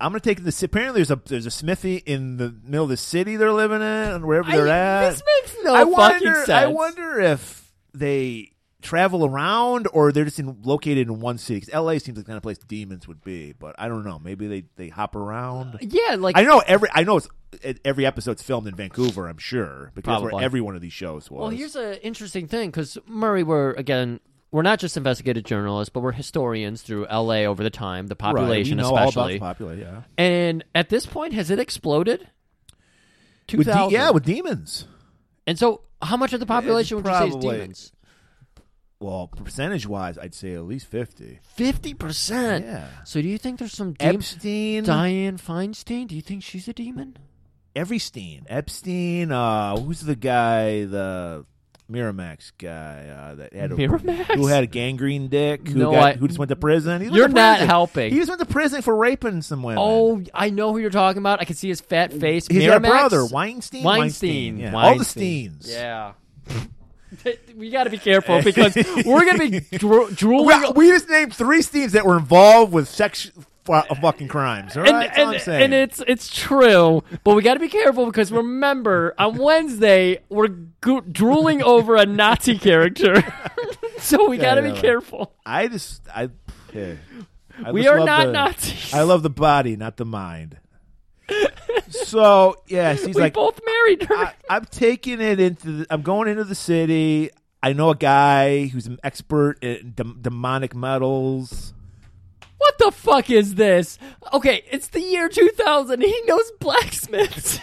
Speaker 3: I'm gonna take this. Apparently, there's a there's a smithy in the middle of the city they're living in, and wherever they're
Speaker 2: I-
Speaker 3: at.
Speaker 2: This makes no
Speaker 3: I
Speaker 2: fucking
Speaker 3: wonder.
Speaker 2: sense.
Speaker 3: I wonder if they travel around or they're just in, located in one city. 'Cause L.A. seems like the kind of place demons would be, but I don't know. Maybe they they hop around.
Speaker 2: Yeah, like
Speaker 3: I know every. I know it's e- every episode's filmed in Vancouver. I'm sure because that's where
Speaker 2: Probably.
Speaker 3: every one of these shows was.
Speaker 2: Well, here's an interesting thing because Murray, we're again, we're not just investigative journalists, but we're historians through L.A. over the time, the
Speaker 3: Right, we
Speaker 2: population
Speaker 3: know all about the
Speaker 2: especially.
Speaker 3: population, yeah.
Speaker 2: and at this point, has it exploded? Two
Speaker 3: With de-
Speaker 2: thousand.
Speaker 3: yeah, with demons.
Speaker 2: and so, how much of the population would you say is
Speaker 3: probably-
Speaker 2: demons?
Speaker 3: Well, percentage wise, I'd say at least fifty.
Speaker 2: Fifty percent.
Speaker 3: Yeah.
Speaker 2: So, do you think there's some demons?
Speaker 3: Epstein,
Speaker 2: Diane Feinstein, do you think she's a demon?
Speaker 3: Everstein, Epstein. Uh, who's the guy? The Miramax guy uh, that had a,
Speaker 2: Miramax?
Speaker 3: who had a gangrene dick who
Speaker 2: No,
Speaker 3: got,
Speaker 2: I-
Speaker 3: who just went to prison. He went
Speaker 2: You're
Speaker 3: to
Speaker 2: not
Speaker 3: prison.
Speaker 2: helping.
Speaker 3: He just went to prison for raping some women.
Speaker 2: Oh, I know who you're talking about. I can see his fat face.
Speaker 3: He's got a
Speaker 2: Miramax?
Speaker 3: brother, Weinstein.
Speaker 2: Weinstein.
Speaker 3: yeah.
Speaker 2: Weinstein.
Speaker 3: all the Steens.
Speaker 2: Yeah. *laughs* we got to be careful
Speaker 3: *laughs*
Speaker 2: because we're going to be dro- drooling.
Speaker 3: Well, we just named three Steens that were involved with sex fu- fucking crimes. All right,
Speaker 2: and,
Speaker 3: That's all
Speaker 2: and,
Speaker 3: I'm saying.
Speaker 2: and it's it's true, but we got to be careful because remember on Wednesday we're go- drooling over a
Speaker 3: *laughs*
Speaker 2: Nazi character, so we got to
Speaker 3: yeah,
Speaker 2: be
Speaker 3: right.
Speaker 2: careful.
Speaker 3: I just I. yeah. I
Speaker 2: We
Speaker 3: just
Speaker 2: are
Speaker 3: love
Speaker 2: not
Speaker 3: the-
Speaker 2: Nazis.
Speaker 3: I love the body, not the mind. so yes, he's
Speaker 2: we
Speaker 3: like
Speaker 2: both married her.
Speaker 3: I, I'm taking it into. The, I'm going into the city. I know a guy who's an expert in dem- demonic metals.
Speaker 2: What the fuck is this? Okay, it's the year 2000. He knows blacksmiths.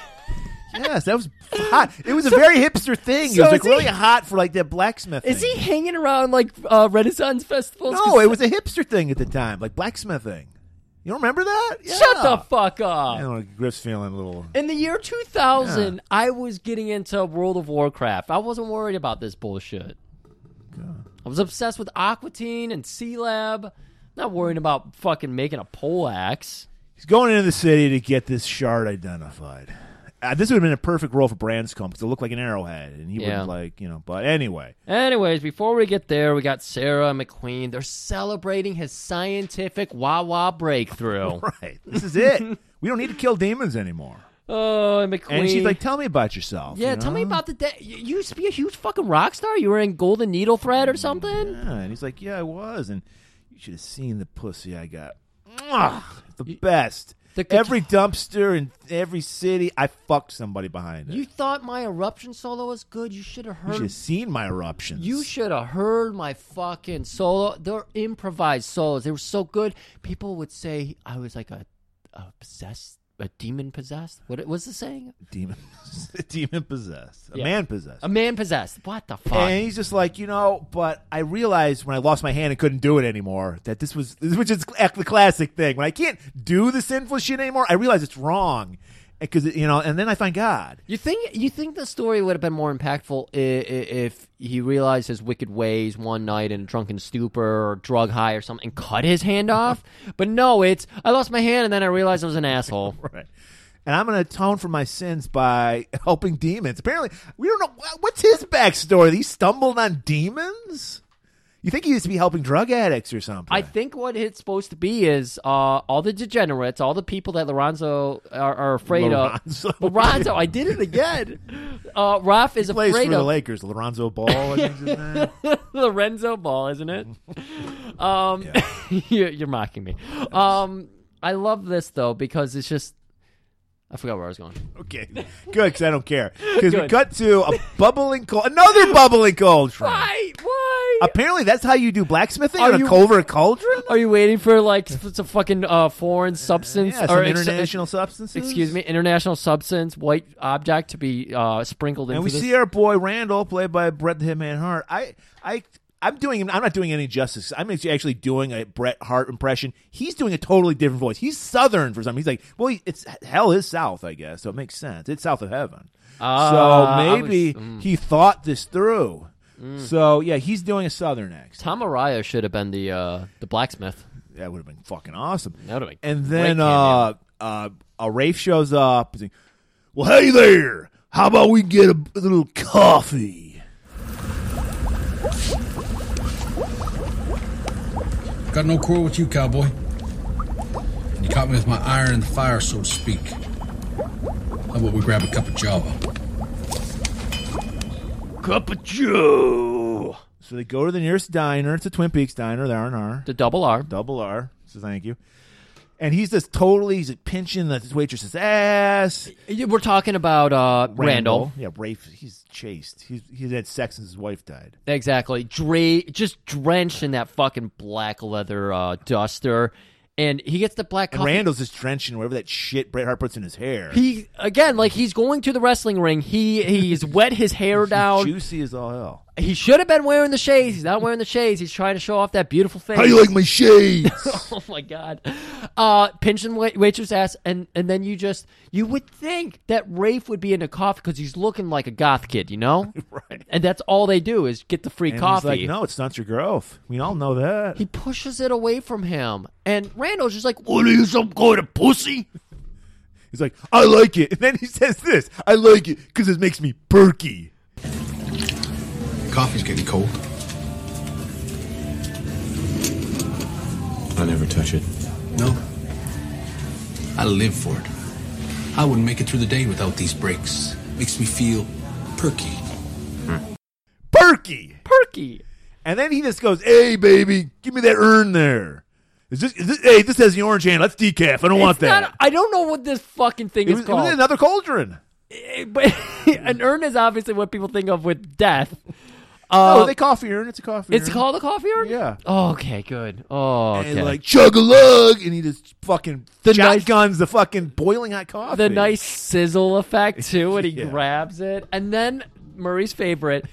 Speaker 3: Yes, that was hot. It was a very hipster thing. it
Speaker 2: so
Speaker 3: was like
Speaker 2: is he-
Speaker 3: really hot for like that blacksmithing.
Speaker 2: is *laughs* he hanging around like uh, Renaissance festivals?
Speaker 3: No, it was a hipster thing at the time, like blacksmithing. You don't remember that? Yeah.
Speaker 2: Shut the fuck up.
Speaker 3: I don't know. Griff's feeling a little.
Speaker 2: In the year 2000, I was getting into World of Warcraft. I wasn't worried about this bullshit. I was obsessed with Aquatine and C Lab. Not worrying about fucking making a pole axe.
Speaker 3: He's going into the city to get this shard identified. Uh, this would have been a perfect role for Branscombe because it looked like an arrowhead, and he
Speaker 2: Yeah.
Speaker 3: would like you know. But anyway,
Speaker 2: Anyways, before we get there, we got Sarah McQueen. They're celebrating his scientific Wawa breakthrough.
Speaker 3: *laughs* right, this is it. we don't need to kill demons anymore.
Speaker 2: Oh, and McQueen.
Speaker 3: And she's like, "Tell me about yourself."
Speaker 2: Yeah,
Speaker 3: you
Speaker 2: tell me
Speaker 3: know?
Speaker 2: about the day. You you used to be a huge fucking rock star. You were in Golden Needle Thread or something.
Speaker 3: Yeah, and he's like, "Yeah, I was." And you should have seen the pussy I got. Mwah! The best.
Speaker 2: Ah! The guitar-
Speaker 3: every dumpster in every city, I fucked somebody behind it.
Speaker 2: You thought my eruption solo was good. You should have
Speaker 3: You should
Speaker 2: heard.
Speaker 3: have seen my eruptions.
Speaker 2: You should have heard my fucking solo. They're improvised solos. They were so good. People would say I was like a, a possessed, a demon possessed. What was the saying?
Speaker 3: *laughs* demon, *laughs* demon possessed, a
Speaker 2: Yeah.
Speaker 3: man possessed.
Speaker 2: A man possessed. What the fuck?
Speaker 3: and he's just like, you know, but I realized when I lost my hand and couldn't do it anymore that this was, *laughs* which is act- the classic thing. When I can't do the sinful shit anymore, I realize it's wrong, because you know, and then I find God. *laughs*
Speaker 2: You think you think the story would have been more impactful i- i- if he realized his wicked ways one night in a drunken stupor or drug high or something and cut his hand off? But no, it's I lost my hand and then I realized I was an asshole.
Speaker 3: Right. And I'm going to atone for my sins by helping demons. Apparently, we don't know wha- what's his backstory. That He stumbled on demons. You think he used to be helping drug addicts or something?
Speaker 2: I think what it's supposed to be is uh, all the degenerates, all the people that *laughs* Lorenzo uh, are, are afraid
Speaker 3: Lorenzo.
Speaker 2: of. Lorenzo, I did it again. uh, Ralph is
Speaker 3: *laughs* Place
Speaker 2: afraid
Speaker 3: for the
Speaker 2: of
Speaker 3: Lakers, Lorenzo Ball. I
Speaker 2: *laughs*
Speaker 3: think his name.
Speaker 2: Lorenzo Ball, isn't
Speaker 3: *laughs*
Speaker 2: it? Um, *laughs* you're, you're mocking me. Um, I love this though because it's just I forgot where I was going.
Speaker 3: Okay, good because I
Speaker 2: *laughs*
Speaker 3: don't care. Because we
Speaker 2: Good.
Speaker 3: cut to a bubbling coal, another bubbling cauldron.
Speaker 2: Why? Why?
Speaker 3: Apparently, that's how you do blacksmithing
Speaker 2: Are
Speaker 3: on a
Speaker 2: you-
Speaker 3: covert cauldron.
Speaker 2: Uh, Are you waiting for like s- some fucking uh, foreign substance
Speaker 3: Yeah,
Speaker 2: or
Speaker 3: some
Speaker 2: ex-
Speaker 3: international substances.
Speaker 2: excuse me, international substance, white object to be uh, sprinkled into
Speaker 3: And we
Speaker 2: this?
Speaker 3: see our boy Randall, played by Bret the Hitman Hart. I, I, I'm doing. I'm not doing any justice. I'm actually doing a Bret Hart impression. He's doing a totally different voice. He's Southern for something. He's like, well, he- it's hell is South, I guess. So it makes sense. It's South of heaven.
Speaker 2: Ah, I
Speaker 3: so maybe
Speaker 2: was- Mm.
Speaker 3: he thought this through. So yeah, he's doing a Southern accent.
Speaker 2: Tom Araya should have been the uh, the blacksmith.
Speaker 3: That would have been fucking awesome.
Speaker 2: That would've been
Speaker 3: and
Speaker 2: great
Speaker 3: then
Speaker 2: cameo.
Speaker 3: uh, uh, a Rafe shows up. He's like, well, hey there. How about we get a little coffee?
Speaker 4: Got no quarrel with you, cowboy. You caught me with my iron in the fire, so to speak. How about we grab a cup of java?
Speaker 2: Cup of Joe.
Speaker 3: So they go to the nearest diner. It's a Twin Peaks diner, the R and R,
Speaker 2: The double R.
Speaker 3: double R. So thank you. And he's just totally he's pinching the waitress's ass.
Speaker 2: We're talking about uh, Randall.
Speaker 3: yeah, Rafe. He's chased. He's he's had sex since his wife died.
Speaker 2: Exactly. Dre- just drenched in that fucking black leather uh, duster. And he gets the black
Speaker 3: And
Speaker 2: coffee.
Speaker 3: Randall's just drenching whatever that shit Bret Hart puts in his hair.
Speaker 2: he again, like he's going to the wrestling ring. He he's wet his hair down.
Speaker 3: Juicy as all hell.
Speaker 2: He should have been wearing the shades. He's not wearing the shades. He's trying to show off that beautiful face.
Speaker 3: like my shades?
Speaker 2: *laughs* oh my god! Uh, pinching wait- waitress ass, and and then you just you would think that Rafe would be into coffee because he's looking like a goth kid, you know?
Speaker 3: *laughs* Right.
Speaker 2: And that's all they do is get the free
Speaker 3: and
Speaker 2: coffee.
Speaker 3: He's like, no, it stunts your growth. We all know that.
Speaker 2: He pushes it away from him, and Randall's just like,
Speaker 3: What are you, some kind of pussy? *laughs* He's like, I like it. And then he says this, I like it because it makes me perky.
Speaker 4: Coffee's getting cold.
Speaker 1: I never touch it.
Speaker 4: No. I live for it. I wouldn't make it through the day without these breaks. Makes me feel perky.
Speaker 3: Perky.
Speaker 2: "Perky."
Speaker 3: And then he just goes, "Hey, baby, give me that urn there. Is this? Is this hey, this has the orange hand. Let's decaf. I don't want
Speaker 2: It's
Speaker 3: that.
Speaker 2: not- I don't know what this fucking thing
Speaker 3: it,
Speaker 2: is
Speaker 3: was, it was
Speaker 2: called.
Speaker 3: another cauldron.
Speaker 2: Eh, but *laughs* an urn is obviously what people think of with death.
Speaker 3: Oh,
Speaker 2: Uh,
Speaker 3: they coffee urn. It's a coffee.
Speaker 2: it's
Speaker 3: urn.
Speaker 2: called a coffee urn.
Speaker 3: Mm-hmm. Yeah.
Speaker 2: Oh, okay. Good. Oh, okay.
Speaker 3: And like chug a lug, and he just fucking
Speaker 2: The nice-
Speaker 3: shotguns the fucking boiling hot coffee.
Speaker 2: the nice sizzle effect too when he
Speaker 3: *laughs* Yeah.
Speaker 2: grabs it and then murray's favorite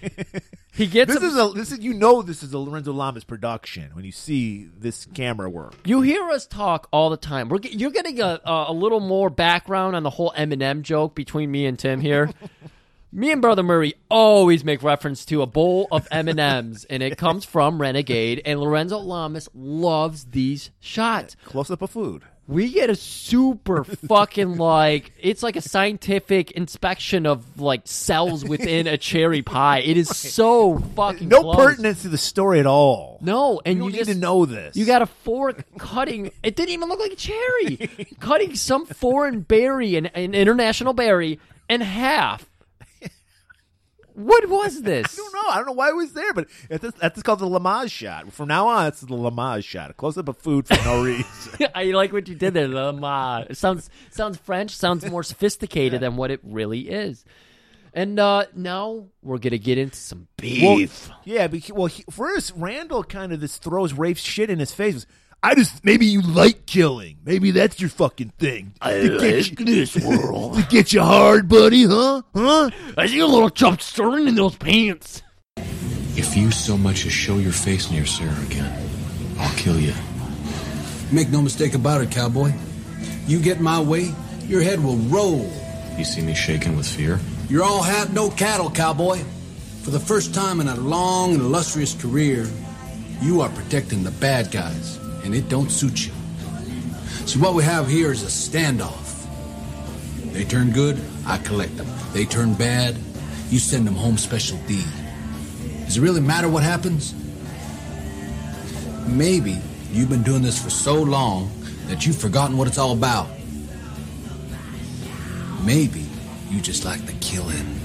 Speaker 2: he gets
Speaker 3: This
Speaker 2: a-
Speaker 3: is a this is you know this is a Lorenzo Lamas production when you see this camera work.
Speaker 2: you hear us talk all the time We're, ge- you're getting a, a, a little more background on the whole eminem joke between me and tim here *laughs* me and brother murray always make reference to a bowl of m&ms and it comes from renegade and lorenzo lamas loves these shots
Speaker 3: Close up of food.
Speaker 2: we get a super fucking like it's like a scientific inspection of like cells within a cherry pie.
Speaker 3: *laughs*
Speaker 2: It is so fucking
Speaker 3: No
Speaker 2: close.
Speaker 3: pertinence to the story at all.
Speaker 2: No, and
Speaker 3: you,
Speaker 2: you,
Speaker 3: don't
Speaker 2: just
Speaker 3: need to know this.
Speaker 2: you got a fork cutting. It didn't even look like a
Speaker 3: *laughs*
Speaker 2: cherry. cutting some foreign berry, an, an international berry, in half. What was this?
Speaker 3: *laughs* I don't know. I don't know why it was there, but it- that's, that's called the Lamage shot. From now on, it's the Lamage shot. A close up of food for
Speaker 2: *laughs*
Speaker 3: no reason.
Speaker 2: *laughs* I like what you did there. Lama. It sounds sounds French. Sounds more sophisticated than what it really is. And uh, now we're gonna get into some beef.
Speaker 3: Well, yeah, but he- well, he, first Randall kind of just throws Rafe's shit in his face. I just maybe you like killing. Maybe that's your fucking thing. I like this world to get you hard, buddy, huh? *laughs* Huh?
Speaker 2: I see a little chump stirring in those pants.
Speaker 4: If you so much as show your face near Sarah again, I'll kill you. Make no mistake about it, cowboy. You get my way, your head will roll.
Speaker 1: You see me shaking with fear?
Speaker 4: You're all hat, no cattle, cowboy. For the first time in a long and illustrious career, you are protecting the bad guys, and it don't suit you. So what we have here is a standoff. They turn good, I collect them. They turn bad, you send them home special D. Does it really matter what happens? Maybe you've been doing this for so long that you've forgotten what it's all about. Maybe you just like the killing.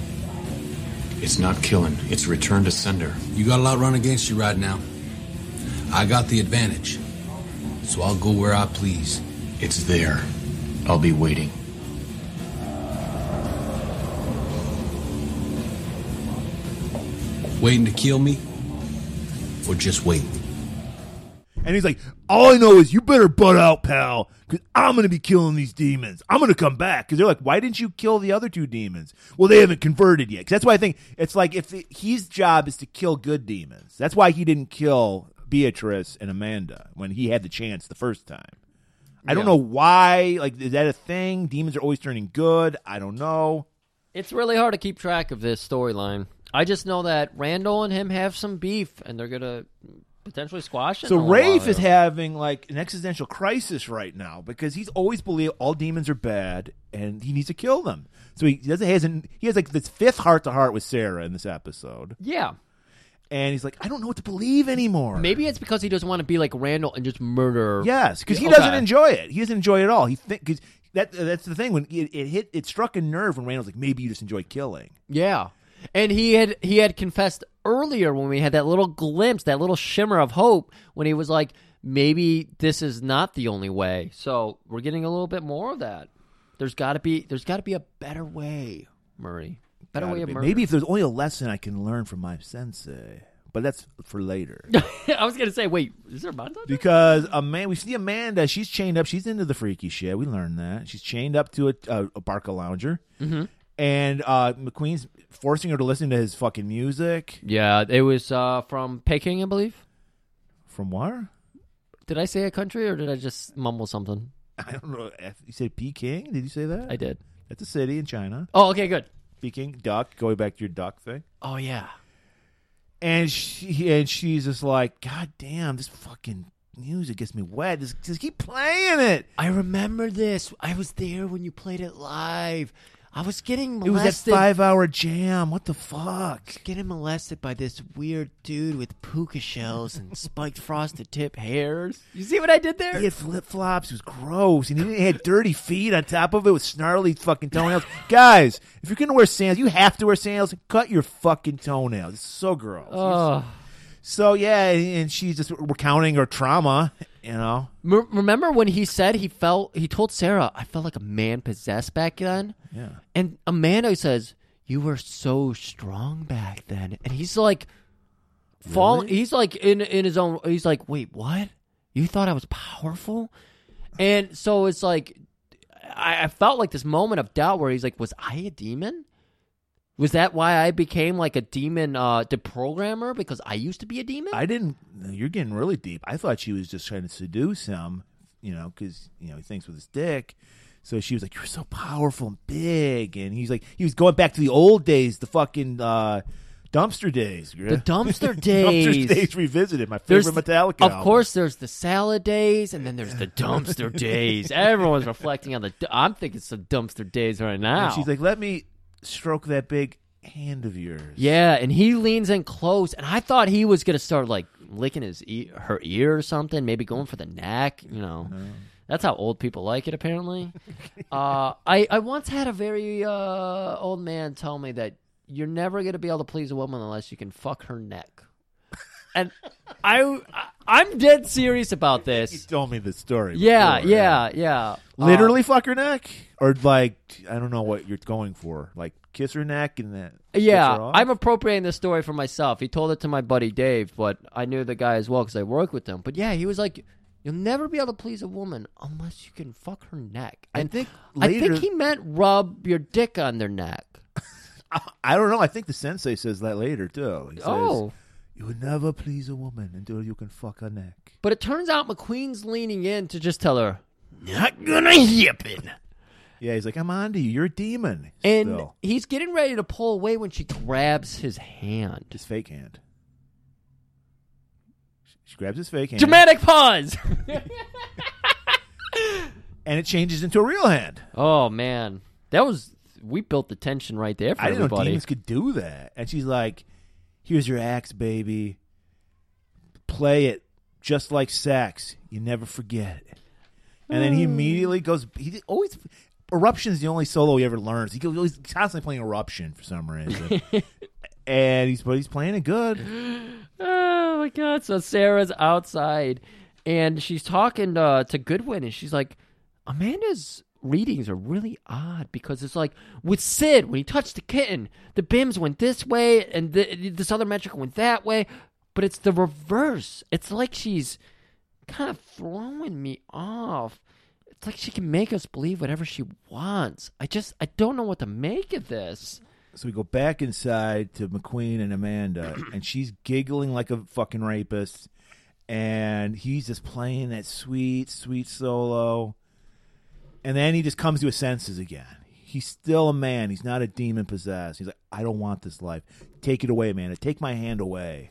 Speaker 1: It's not killing, it's return to sender.
Speaker 4: You got a lot run against you right now. I got the advantage, so I'll go where I please.
Speaker 1: It's there. I'll be waiting.
Speaker 4: Waiting to kill me, or just wait.
Speaker 3: And he's like, all I know is you better butt out, pal, because I'm going to be killing these demons. I'm going to come back. Because they're like, why didn't you kill the other two demons? Well, they haven't converted yet. 'Cause that's why I think it's like if the, his job is to kill good demons. That's why he didn't kill Beatrice and Amanda when he had the chance the first time. I don't
Speaker 2: Yeah.
Speaker 3: know why. Like, is that a thing? Demons are always turning good. I don't know.
Speaker 2: It's really hard to keep track of this storyline. I just know that Randall and him have some beef, and they're gonna potentially squash it.
Speaker 3: So
Speaker 2: in a
Speaker 3: Rafe
Speaker 2: while
Speaker 3: is
Speaker 2: here.
Speaker 3: having like an existential crisis right now because he's always believed all demons are bad and he needs to kill them. So he doesn't he has an, he has like this fifth heart to heart with Sarah in this episode,
Speaker 2: yeah.
Speaker 3: and he's like, I don't know what to believe anymore.
Speaker 2: Maybe it's because he doesn't want to be like Randall and just murder.
Speaker 3: yes, because he
Speaker 2: Okay.
Speaker 3: doesn't enjoy it. He doesn't enjoy it at all. He think because that that's the thing when it, it hit it struck a nerve when Randall's like, maybe you just enjoy killing.
Speaker 2: Yeah. And he had he had confessed earlier when we had that little glimpse, that little shimmer of hope when he was like, maybe this is not the only way. So we're getting a little bit more of that. There's got to be there's got to be a better way, Murray. Better way of murder.
Speaker 3: Maybe if there's only a lesson I can learn from my sensei, but that's for later.
Speaker 2: *laughs* I was gonna say, wait, is there a montage?
Speaker 3: Because a man, we see Amanda. She's chained up. She's into the freaky shit. We learned that she's chained up to a, a, a Barca lounger, mm-hmm. and uh, McQueen's forcing her to listen to his fucking music.
Speaker 2: Yeah, it was uh, from Peking, I believe.
Speaker 3: From where?
Speaker 2: Did I say a country or did I just mumble something?
Speaker 3: I don't know. F- You said Peking? Did you say that?
Speaker 2: I did.
Speaker 3: That's a city in China.
Speaker 2: Oh, okay, good.
Speaker 3: Peking, duck. Going back to your duck thing.
Speaker 2: Oh yeah.
Speaker 3: And she and she's just like, God damn, this fucking music gets me wet. Just, just keep playing it.
Speaker 2: I remember this. I was there when you played it live. I was getting
Speaker 3: It was that
Speaker 2: molested.
Speaker 3: five-hour jam. What the fuck?
Speaker 2: Getting molested by this weird dude with puka shells *laughs* and spiked frosted tip hairs. You see what I did there?
Speaker 3: He had flip flops. It was gross, and he had dirty feet on top of it with snarly fucking toenails. Guys, if you're gonna wear sandals, you have to wear sandals. Cut your fucking toenails. It's so gross.
Speaker 2: Ugh.
Speaker 3: So yeah, and- and she's just recounting her trauma. You know,
Speaker 2: M- remember when he said he felt he told Sarah, I felt like a man possessed back then? Yeah. And Amanda says, You were so strong back then. And he's like fall he's like in in his own he's like, Wait, what? You thought I was powerful? And so it's like I, I felt like this moment of doubt where he's like, Was I a demon? Was that why I became like a demon uh deprogrammer? Because I used to be a demon?
Speaker 3: I didn't. You're getting really deep. I thought she was just trying to seduce him. You know, because you know he thinks with his dick. So she was like, "You're so powerful and big," and he's like, he was going back to the old days, the fucking uh, dumpster
Speaker 2: *laughs*
Speaker 3: days.
Speaker 2: the dumpster
Speaker 3: Dumpster
Speaker 2: days.
Speaker 3: Days Revisited, my favorite Metallica.
Speaker 2: Of
Speaker 3: album.
Speaker 2: course, there's the salad days, and then there's the dumpster days. Everyone's reflecting on the. du- I'm thinking it's the dumpster days right now.
Speaker 3: And she's like, "Let me stroke that big hand of yours."
Speaker 2: yeah, and he leans in close, and I thought he was gonna start like licking his e- her ear or something, maybe going for the neck. You know,
Speaker 3: Oh.
Speaker 2: that's how old people like it.
Speaker 3: *laughs*
Speaker 2: Apparently, uh, I I once had a very uh, old man tell me that you're never gonna be able to please a woman unless you can fuck her neck. And I, I I'm dead serious about this.
Speaker 3: You told me this story.
Speaker 2: Yeah,
Speaker 3: before,
Speaker 2: yeah,
Speaker 3: Um,
Speaker 2: yeah. Um,
Speaker 3: Literally, fuck her neck, or like I don't know what you're going for. Like kiss her neck and then
Speaker 2: Uh,
Speaker 3: piss her
Speaker 2: yeah,
Speaker 3: off?
Speaker 2: I'm appropriating this story for myself. He told it to my buddy Dave, but I knew the guy as well because I work with him. But yeah, he was like, "You'll never be able to please a woman unless you can fuck her neck."
Speaker 3: I
Speaker 2: And
Speaker 3: think
Speaker 2: I
Speaker 3: later-
Speaker 2: think he meant rub your dick on their neck.
Speaker 3: I don't know. I think the sensei says that later too. He says,
Speaker 2: Oh,
Speaker 3: you will never please a woman until you can fuck her neck.
Speaker 2: but it turns out McQueen's leaning in to just tell her, "Not gonna happen."
Speaker 3: Yeah, he's like, I'm on to you. You're a demon.
Speaker 2: And
Speaker 3: Still.
Speaker 2: he's getting ready to pull away when she grabs his hand.
Speaker 3: his fake hand. She grabs his fake hand,
Speaker 2: Dramatic pause. *laughs*
Speaker 3: and it changes into a real hand.
Speaker 2: Oh man, that was we built the tension right there for
Speaker 3: I didn't know
Speaker 2: everybody.
Speaker 3: demons could do that. And she's like, "Here's your axe, baby. Play it just like sex. You never forget." it." And then he
Speaker 2: Hmm.
Speaker 3: immediately goes. He always
Speaker 2: *laughs*
Speaker 3: eruption's the only solo he ever learns. He goes he's constantly playing eruption for some reason. and he's but he's playing it good.
Speaker 2: Oh my god! So Sarah's outside, and she's talking to, to Goodwin, and she's like, "Amanda's readings are really odd because it's like with Sid when he touched the kitten, the bims went this way, and the, this other metric went that way, but it's the reverse. It's like she's kind of throwing me off. It's like she can make us believe whatever she wants. I just I don't know what to make of this.
Speaker 3: So we go back inside to McQueen and Amanda, *clears throat* and she's giggling like a fucking rapist, and he's just playing that sweet, sweet solo, and then he just comes to his senses again. He's still a man. He's not a demon possessed. He's like, I don't want this life. Take it away, Amanda. Take my hand away.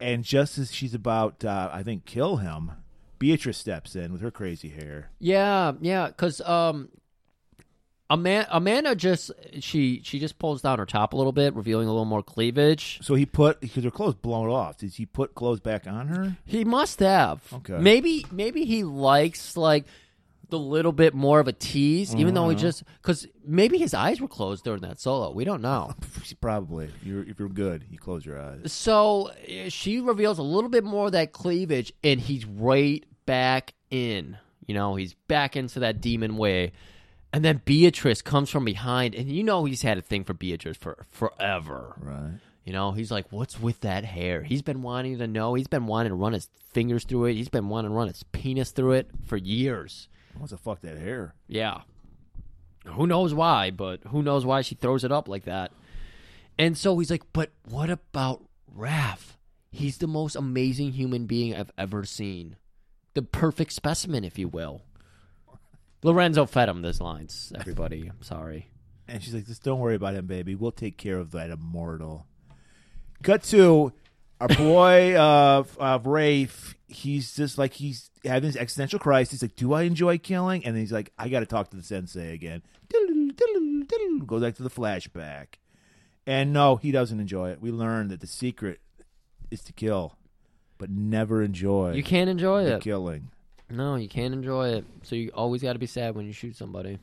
Speaker 3: And just as she's about, uh, I think, kill him, Beatrice steps in with her crazy hair.
Speaker 2: Yeah, yeah, because um, Ama- Amanda just she she just pulls down her top a little bit, revealing a little more cleavage.
Speaker 3: So he put because her clothes blown off. Did he put clothes back on her?
Speaker 2: He must have.
Speaker 3: Okay.
Speaker 2: Maybe maybe he likes like the little bit more of a tease, even though he just because maybe his eyes were closed during that solo. We don't know.
Speaker 3: Probably. You're, if you're good, you close your eyes.
Speaker 2: So uh, she reveals a little bit more of that cleavage, and he's right back in. You know, he's back into that demon way. And then Beatrice comes from behind, and you know he's had a thing for Beatrice for forever.
Speaker 3: Right.
Speaker 2: You know, he's like, "What's with that hair?" He's been wanting to know. He's been wanting to run his fingers through it. He's been wanting to run his penis through it for years.
Speaker 3: What's the fuck that hair?
Speaker 2: Yeah. Who knows why, but who knows why she throws it up like that. And so he's like, but what about Raph? He's the most amazing human being I've ever seen. The perfect specimen, if you will. Lorenzo fed him those lines, everybody. I'm sorry.
Speaker 3: And she's like, just don't worry about him, baby. We'll take care of that immortal. Cut to our boy *laughs* uh, uh, Rafe. He's just like, he's having this existential crisis. He's like, do I enjoy killing? And he's like, I got to talk to the sensei again. *laughs* Go back to the flashback. And no, he doesn't enjoy it. We learned that the secret is to kill, but never enjoy
Speaker 2: You can't enjoy
Speaker 3: the
Speaker 2: it.
Speaker 3: killing.
Speaker 2: No, you can't enjoy it. So you always got to be sad when you shoot somebody.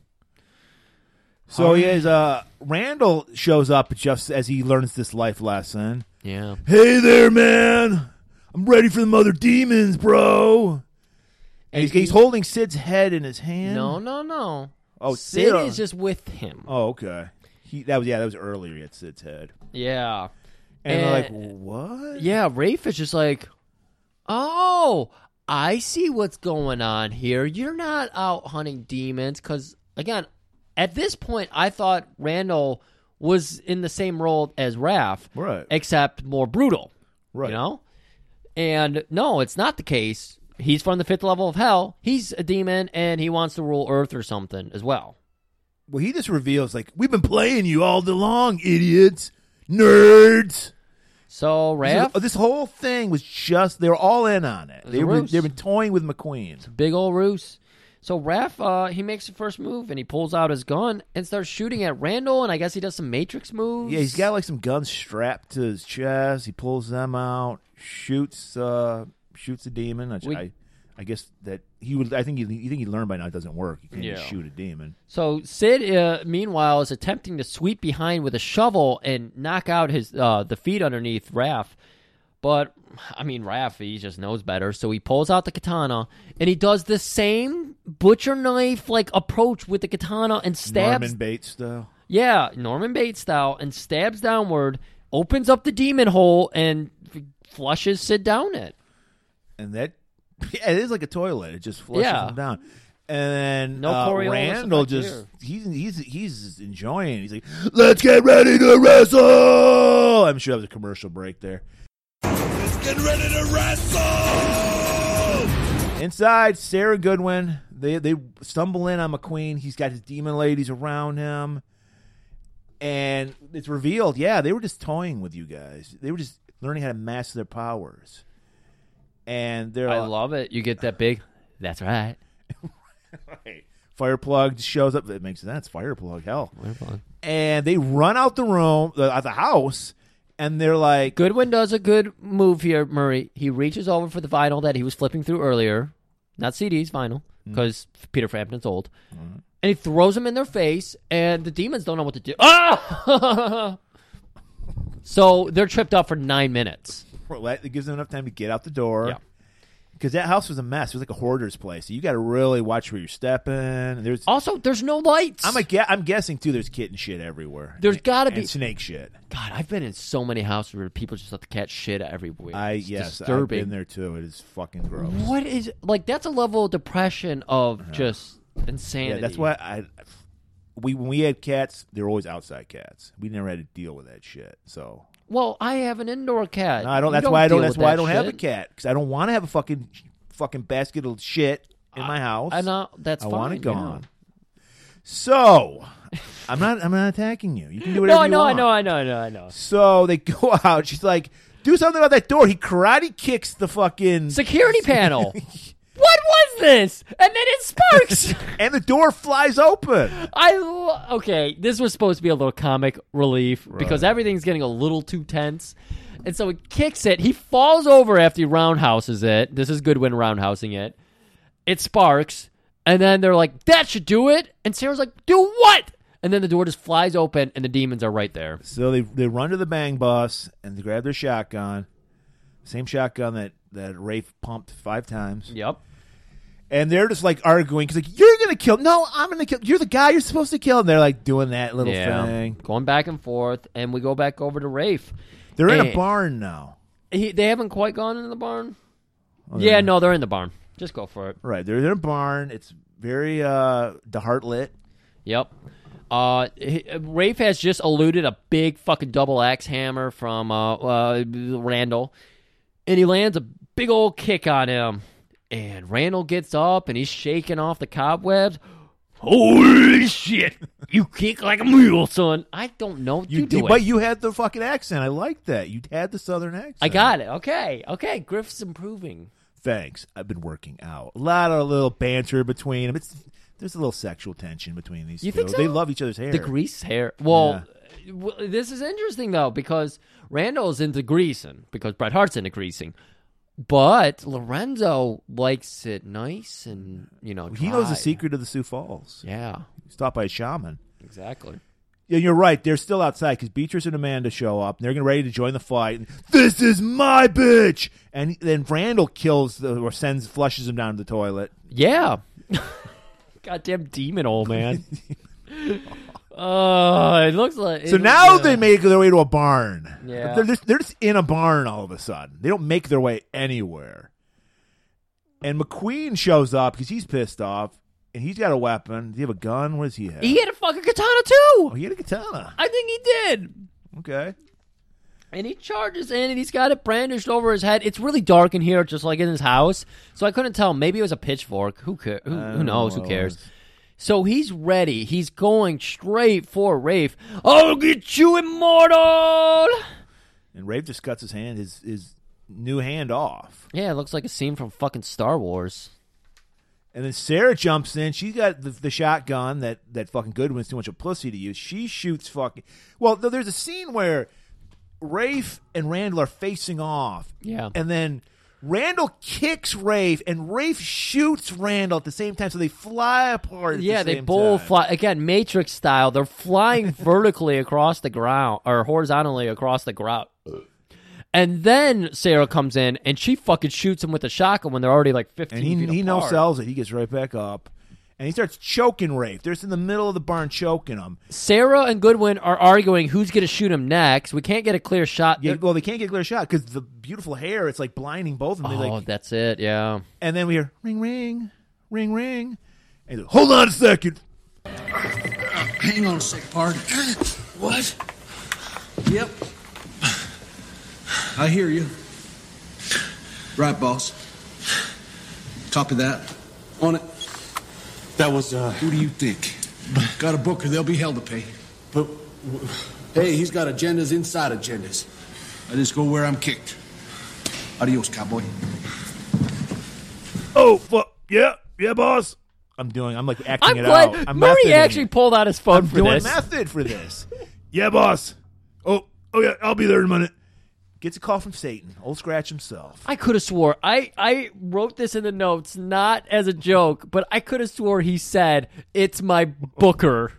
Speaker 3: So he is. Uh, Randall shows up just as he learns this life lesson.
Speaker 2: Yeah.
Speaker 3: Hey there, man! I'm ready for the mother demons, bro. And he's, he's holding Sid's head in his hand.
Speaker 2: No, no, no.
Speaker 3: Oh,
Speaker 2: Sid
Speaker 3: Sid-
Speaker 2: is just with him.
Speaker 3: Oh, okay. He that was yeah that was earlier. He had Sid's head,
Speaker 2: Yeah.
Speaker 3: and, they're like,
Speaker 2: And-
Speaker 3: what?
Speaker 2: Yeah, Rafe is just like, oh, I see what's going on here. You're not out hunting demons. Because, again, at this point, I thought Randall was in the same role as Raph,
Speaker 3: Right.
Speaker 2: except more brutal.
Speaker 3: Right.
Speaker 2: You know? And no, it's not the case. He's from the fifth level of hell. He's a demon and he wants to rule Earth or something as well.
Speaker 3: Well, he just reveals like we've been playing you all day long, idiots, nerds.
Speaker 2: So, Raph,
Speaker 3: This whole thing was just they were all in on it. They
Speaker 2: a
Speaker 3: were
Speaker 2: ruse.
Speaker 3: they've been toying with McQueen.
Speaker 2: Big old ruse. So Raph, uh, he makes the first move and he pulls out his gun and starts shooting at Randall. And I guess he does some Matrix moves.
Speaker 3: Yeah, he's got like some guns strapped to his chest. He pulls them out, shoots, uh, shoots a demon. Which
Speaker 2: We-
Speaker 3: I, I guess that he would. I think he, you think he learned by now it doesn't work. You can't just
Speaker 2: Yeah.
Speaker 3: shoot a demon.
Speaker 2: So Sid, uh, meanwhile, is attempting to sweep behind with a shovel and knock out his uh, the feet underneath Raph. But I mean, Raph, he just knows better. So he pulls out the katana and he does the same butcher knife like approach with the katana and stabs
Speaker 3: Norman Bates style.
Speaker 2: Yeah, Norman Bates style, and stabs downward, opens up the demon hole, and f- flushes Sid down it.
Speaker 3: and that *laughs* yeah, it is like a toilet. It just flushes
Speaker 2: Yeah.
Speaker 3: him down. And then
Speaker 2: No
Speaker 3: uh,
Speaker 2: Coriolis
Speaker 3: Randall
Speaker 2: effect
Speaker 3: just
Speaker 2: here.
Speaker 3: he's he's he's just enjoying. it. He's like, "Let's get ready to wrestle." I'm sure that was a commercial break there. Let's get ready to wrestle. Inside, Sarah Goodwin. They they stumble in on McQueen. He's got his demon ladies around him, and it's revealed. Yeah, they were just toying with you guys. They were just learning how to master their powers. And they're
Speaker 2: I
Speaker 3: like-
Speaker 2: love it. You get that big. That's right.
Speaker 3: Fireplug shows up. That makes sense. Fireplug, hell. And they run out the room, the, out the house, and they're like,
Speaker 2: Goodwin does a good move here, Murray. He reaches over for the vinyl that he was flipping through earlier, not CDs, vinyl, because Peter Frampton's old. And he throws them in their face, and the demons don't know what to do. Ah! *laughs* So they're tripped up for nine minutes.
Speaker 3: Well, that- It gives them enough time to get out the door.
Speaker 2: Yeah.
Speaker 3: Because that house was a mess. It was like a hoarder's place. So you got to really watch where you're stepping. There's,
Speaker 2: Also, there's no lights.
Speaker 3: I'm a gue- I'm guessing too. There's kitten shit everywhere.
Speaker 2: There's
Speaker 3: And-
Speaker 2: gotta
Speaker 3: and
Speaker 2: be-
Speaker 3: snake shit.
Speaker 2: God, I've been in so many houses where people just let the cat shit everywhere.
Speaker 3: I
Speaker 2: It's
Speaker 3: yes,
Speaker 2: disturbing.
Speaker 3: I've been there too. It is fucking gross.
Speaker 2: What is like? That's a level of depression of just
Speaker 3: Uh-huh. Yeah,
Speaker 2: insanity.
Speaker 3: that's why I. We when we had cats, they were always outside cats. We never had to deal with that shit. So
Speaker 2: Well, I have an indoor cat.
Speaker 3: No, I don't.
Speaker 2: Uh, You
Speaker 3: That's why I
Speaker 2: deal
Speaker 3: don't. That's
Speaker 2: with
Speaker 3: why
Speaker 2: that
Speaker 3: I don't have a
Speaker 2: shit.
Speaker 3: cat because I don't want to have a fucking fucking basket of shit in my house.
Speaker 2: And I, that's
Speaker 3: I
Speaker 2: fine,
Speaker 3: want it
Speaker 2: yeah.
Speaker 3: gone. So I'm not. I'm not attacking you. You can do whatever
Speaker 2: *laughs* No, I
Speaker 3: you
Speaker 2: know, I
Speaker 3: want.
Speaker 2: know, I know, I know, I know.
Speaker 3: So they *laughs* go out. She's like, "Do something about that door." He karate kicks the fucking *laughs*
Speaker 2: Security panel. what was this? And then it sparks.
Speaker 3: and the door flies open.
Speaker 2: I lo- okay. This was supposed to be a little comic relief because everything's getting a little too tense, and so it kicks it. He falls over after he roundhouses it. This is Goodwin roundhousing it. It sparks, and then they're like, "That should do it." And Sarah's like, "Do what?" And then the door just flies open, and the demons are right there.
Speaker 3: So they they run to the bang bus and they grab their shotgun, same shotgun that that Rafe pumped five times.
Speaker 2: Yep.
Speaker 3: And they're just like arguing because like you're gonna kill. No, I'm gonna kill. You're the guy you're supposed to kill. And they're like doing that little thing.
Speaker 2: Going back and forth, and we go back over to Rafe.
Speaker 3: They're in a
Speaker 2: Eh.
Speaker 3: barn now.
Speaker 2: He, they haven't quite gone into the barn.
Speaker 3: Oh,
Speaker 2: yeah, no, they're in the barn. Just go for it.
Speaker 3: Right. They're in a barn. It's very uh the heart lit.
Speaker 2: Yep. Uh, he- Rafe has just eluded a big fucking double axe hammer from uh, uh, Randall, and he lands a big old kick on him. And Randall gets up and he's shaking off the cobwebs. Holy shit! You kick like a mule, son. I don't know. You, do
Speaker 3: did-
Speaker 2: it.
Speaker 3: but you had the fucking accent. I like that. You had the southern accent.
Speaker 2: I got it. Okay, okay. Griff's improving.
Speaker 3: Thanks. I've been working out. A lot of little banter between them. It's there's a little sexual tension between these
Speaker 2: You
Speaker 3: two.
Speaker 2: think so?
Speaker 3: They love each other's hair.
Speaker 2: The grease hair. Well, w- this is interesting though because Randall's into greasing because Bret Hart's into greasing, but Lorenzo likes it nice and you know
Speaker 3: He knows the
Speaker 2: dried.
Speaker 3: secret of the Sioux Falls.
Speaker 2: Yeah,
Speaker 3: He's taught by a shaman.
Speaker 2: exactly.
Speaker 3: And you're right. They're still outside because Beatrice and Amanda show up. And they're getting ready to join the fight. And, this is my bitch. And then Randall kills the, or sends flushes him down to the toilet.
Speaker 2: Yeah, *laughs* goddamn demon old
Speaker 3: *laughs*
Speaker 2: man. Oh, it looks like
Speaker 3: So
Speaker 2: it-
Speaker 3: now
Speaker 2: yeah.
Speaker 3: they make their way to a barn.
Speaker 2: Yeah.
Speaker 3: They're, just, they're just in a barn all of a sudden. They don't make their way anywhere. And McQueen shows up because he's pissed off. And he's got a weapon. Does he have a gun? What does he have?
Speaker 2: he had a fucking katana
Speaker 3: oh,
Speaker 2: too.
Speaker 3: he had a katana.
Speaker 2: I think he did.
Speaker 3: Okay.
Speaker 2: And he charges in and he's got it brandished over his head. It's really dark in here, just like in his house. So I couldn't tell. Maybe it was a pitchfork. Who cares? Who, who knows? Who cares? So he's ready. He's going straight for Rafe. I'll get you, immortal!
Speaker 3: And Rave just cuts his hand, his, his new hand off.
Speaker 2: Yeah, it looks like a scene from fucking Star Wars.
Speaker 3: And then Sarah jumps in. She's got the, the shotgun that that fucking Goodwin's too much of a pussy to use. She shoots fucking. Well, th- there's a scene where Rafe and Randall are facing off.
Speaker 2: Yeah.
Speaker 3: And then Randall kicks Rafe, and Rafe shoots Randall at the same time. So they fly apart. At
Speaker 2: Yeah,
Speaker 3: the
Speaker 2: they
Speaker 3: same
Speaker 2: both
Speaker 3: time.
Speaker 2: fly again, Matrix style. They're
Speaker 3: *laughs*
Speaker 2: flying vertically across the ground or horizontally across the ground. And then Sarah comes in and she fucking shoots him with a shotgun when they're already like fifteen
Speaker 3: And he
Speaker 2: feet
Speaker 3: he no
Speaker 2: apart.
Speaker 3: sells it. He gets right back up, and he starts choking Rafe. They're just in the middle of the barn choking him.
Speaker 2: Sarah and Goodwin are arguing who's going to shoot him next. We can't get a clear shot.
Speaker 3: Yeah, well, they can't get a clear shot because the beautiful hair. It's like blinding both of them.
Speaker 2: oh,
Speaker 3: They, like,
Speaker 2: that's it. Yeah.
Speaker 3: And then we hear ring, ring, ring, ring. And he's like, hold on a second.
Speaker 4: Hang on a sec, pard.
Speaker 1: *gasps*
Speaker 4: what? Yep. I hear you. Right, boss. Copy that. On it.
Speaker 1: That was, uh,
Speaker 4: Who do you think? Got a booker, they'll be hell to pay.
Speaker 1: but
Speaker 4: Hey, he's got agendas inside agendas. I just go where I'm kicked. Adios, cowboy.
Speaker 3: Oh, fuck. Yeah, yeah, boss. I'm doing, I'm like acting
Speaker 2: I'm
Speaker 3: it
Speaker 2: glad
Speaker 3: out. I'm methoding
Speaker 2: Murray
Speaker 3: it.
Speaker 2: actually pulled out his phone for
Speaker 3: doing
Speaker 2: this.
Speaker 3: method for this. *laughs* yeah, boss. Oh, oh, yeah, I'll be there in a minute. Gets a call from Satan, old Scratch himself.
Speaker 2: I could have swore I, I wrote this in the notes
Speaker 3: *laughs*
Speaker 2: not as a joke, but I could have swore he said it's my booker.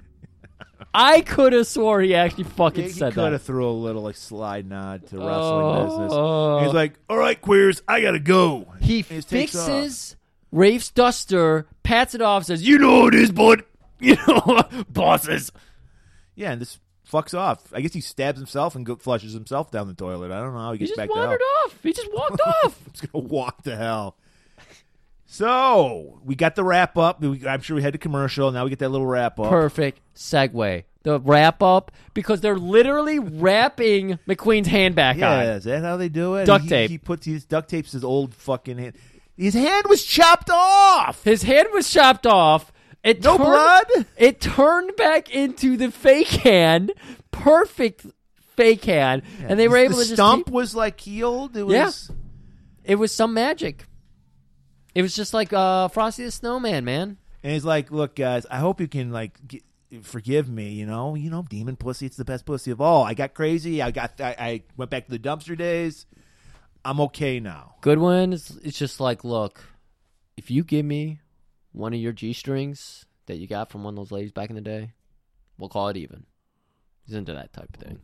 Speaker 2: I could have swore he actually fucking
Speaker 3: he
Speaker 2: said
Speaker 3: could
Speaker 2: that.
Speaker 3: have threw a little like slide nod to wrestling
Speaker 2: Oh.
Speaker 3: business. He's like, "All right, queers, I gotta go."
Speaker 2: He
Speaker 3: just takes off.
Speaker 2: fixes Rafe's duster, pats it off, says, "You know it is, bud. *laughs* You know, bosses."
Speaker 3: Yeah, and just fucks off. I guess he stabs himself and go- flushes himself down the toilet. I don't know how he
Speaker 2: He
Speaker 3: gets
Speaker 2: just
Speaker 3: back to hell.
Speaker 2: wandered off. He just walked *laughs* off.
Speaker 3: *laughs* He's gonna walk to hell. So we got the wrap up. We- I'm sure we had the commercial. Now we get that little wrap up.
Speaker 2: Perfect segue. The wrap up because they're literally wrapping McQueen's hand back
Speaker 3: yeah,
Speaker 2: on.
Speaker 3: is that how they do it?
Speaker 2: Duct
Speaker 3: He-
Speaker 2: tape.
Speaker 3: He puts his duct tapes his old fucking hand. His hand was chopped off.
Speaker 2: His hand was chopped off. It
Speaker 3: No
Speaker 2: turned,
Speaker 3: blood?
Speaker 2: It turned back into the fake hand, perfect fake hand, and they were able
Speaker 3: the
Speaker 2: to
Speaker 3: stump
Speaker 2: just. keep-
Speaker 3: was like healed. It was
Speaker 2: Yeah. it was some magic. It was just like uh, Frosty the Snowman, man.
Speaker 3: And he's like, "Look, guys, I hope you can like g forgive me. You know, you know, demon pussy. It's the best pussy of all. I got crazy. I got. I, I went back to the dumpster days. I'm okay now.
Speaker 2: Goodwin is it's just like, look, if you give me one of your G strings that you got from one of those ladies back in the day, we'll call it even. He's into that type of thing.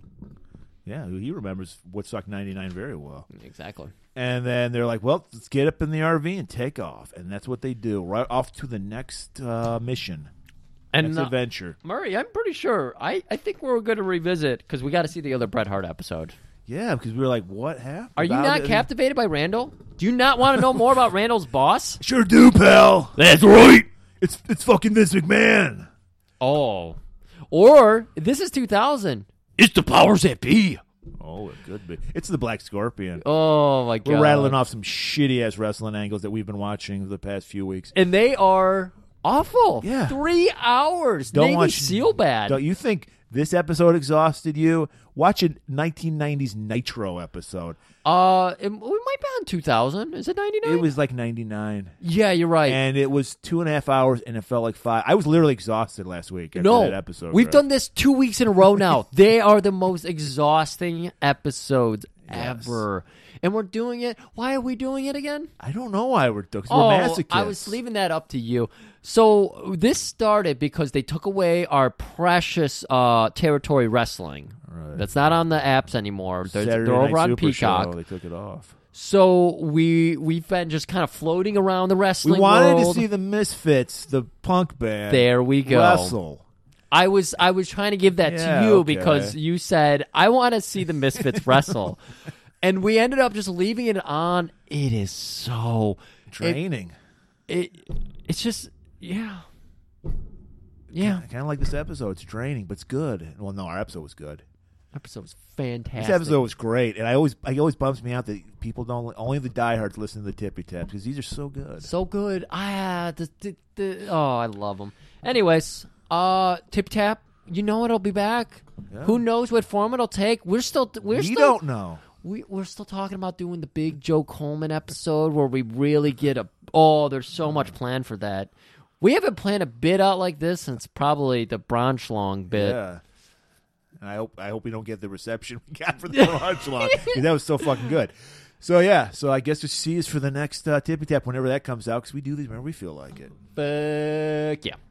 Speaker 3: Yeah, he remembers Woodstock '99 very well.
Speaker 2: Exactly.
Speaker 3: And then they're like, "Well, let's get up in the RV and take off." And that's what they do. Right off to the next uh, mission,
Speaker 2: And
Speaker 3: next
Speaker 2: uh,
Speaker 3: adventure.
Speaker 2: Murray, I'm pretty sure. I, I think we're going to revisit because we got to see the other Bret Hart episode.
Speaker 3: Yeah, because we were like, "What happened?
Speaker 2: Are you
Speaker 3: How
Speaker 2: not
Speaker 3: did-
Speaker 2: captivated by Randall? Do you not want to know more about Randall's
Speaker 3: *laughs*
Speaker 2: boss?
Speaker 3: Sure do, pal. That's right. It's it's fucking Vince McMahon.
Speaker 2: Oh. Or this is 2000.
Speaker 3: It's the powers that be. Oh, it could be. It's the Black Scorpion.
Speaker 2: Oh, my God.
Speaker 3: We're rattling off some shitty ass wrestling angles that we've been watching the past few weeks.
Speaker 2: And they are awful.
Speaker 3: Yeah.
Speaker 2: Three hours.
Speaker 3: Don't
Speaker 2: Navy
Speaker 3: watch
Speaker 2: SEAL bad.
Speaker 3: Don't you think this episode exhausted you? Watch a 1990s Nitro episode.
Speaker 2: Uh, it, we might be on 2000. Is it 99?
Speaker 3: It was like 99,
Speaker 2: Yeah, you're right.
Speaker 3: and it was two and a half hours, and it felt like five. I was literally exhausted last week. After
Speaker 2: no,
Speaker 3: that episode.
Speaker 2: we've
Speaker 3: Greg.
Speaker 2: done this two weeks in a row
Speaker 3: *laughs*
Speaker 2: now. they are the most exhausting episodes ever, and we're doing it. Why are we doing it again?
Speaker 3: I don't know why we're because
Speaker 2: oh,
Speaker 3: we're masochists.
Speaker 2: I was leaving that up to you. So this started because they took away our precious uh, territory wrestling. Right. That's not on the apps anymore. They're,
Speaker 3: Saturday
Speaker 2: they're over
Speaker 3: Night
Speaker 2: on
Speaker 3: Super
Speaker 2: Peacock.
Speaker 3: Show, they took it off.
Speaker 2: So we we've been just kind of floating around the
Speaker 3: We
Speaker 2: wrestling.
Speaker 3: wanted
Speaker 2: world.
Speaker 3: to see the Misfits, the punk band.
Speaker 2: There we go.
Speaker 3: Wrestle.
Speaker 2: I was I was trying to give that
Speaker 3: Yeah,
Speaker 2: to you
Speaker 3: okay.
Speaker 2: because you said I want to see the
Speaker 3: *laughs*
Speaker 2: Misfits wrestle, and we ended up just leaving it on. It is so
Speaker 3: Draining.
Speaker 2: it it's just yeah yeah.
Speaker 3: I kind of like this episode. It's draining, but it's good. Well, no, our episode was good.
Speaker 2: Episode was
Speaker 3: This
Speaker 2: fantastic.
Speaker 3: episode was great, and I always, I always bumps me out that people don't only the diehards listen to the Tippy Taps because these are so good.
Speaker 2: so good. Ah, the, the, the, oh, I love them. Anyways, uh, tip tap. You know it'll be back. Who knows what form it'll take? We're still we're
Speaker 3: we
Speaker 2: still
Speaker 3: don't know.
Speaker 2: we, we're still talking about doing the big Joe Coleman episode where we really get a oh, there's so much planned for that. We haven't planned a bit out like this since probably the Branchlong bit.
Speaker 3: Yeah. And I hope, I hope we don't get the reception we got for the launch line because that was so fucking good. So yeah, so I guess just see us for the next uh, Tippy Tap whenever that comes out because we do these whenever we feel like it.
Speaker 2: Fuck yeah.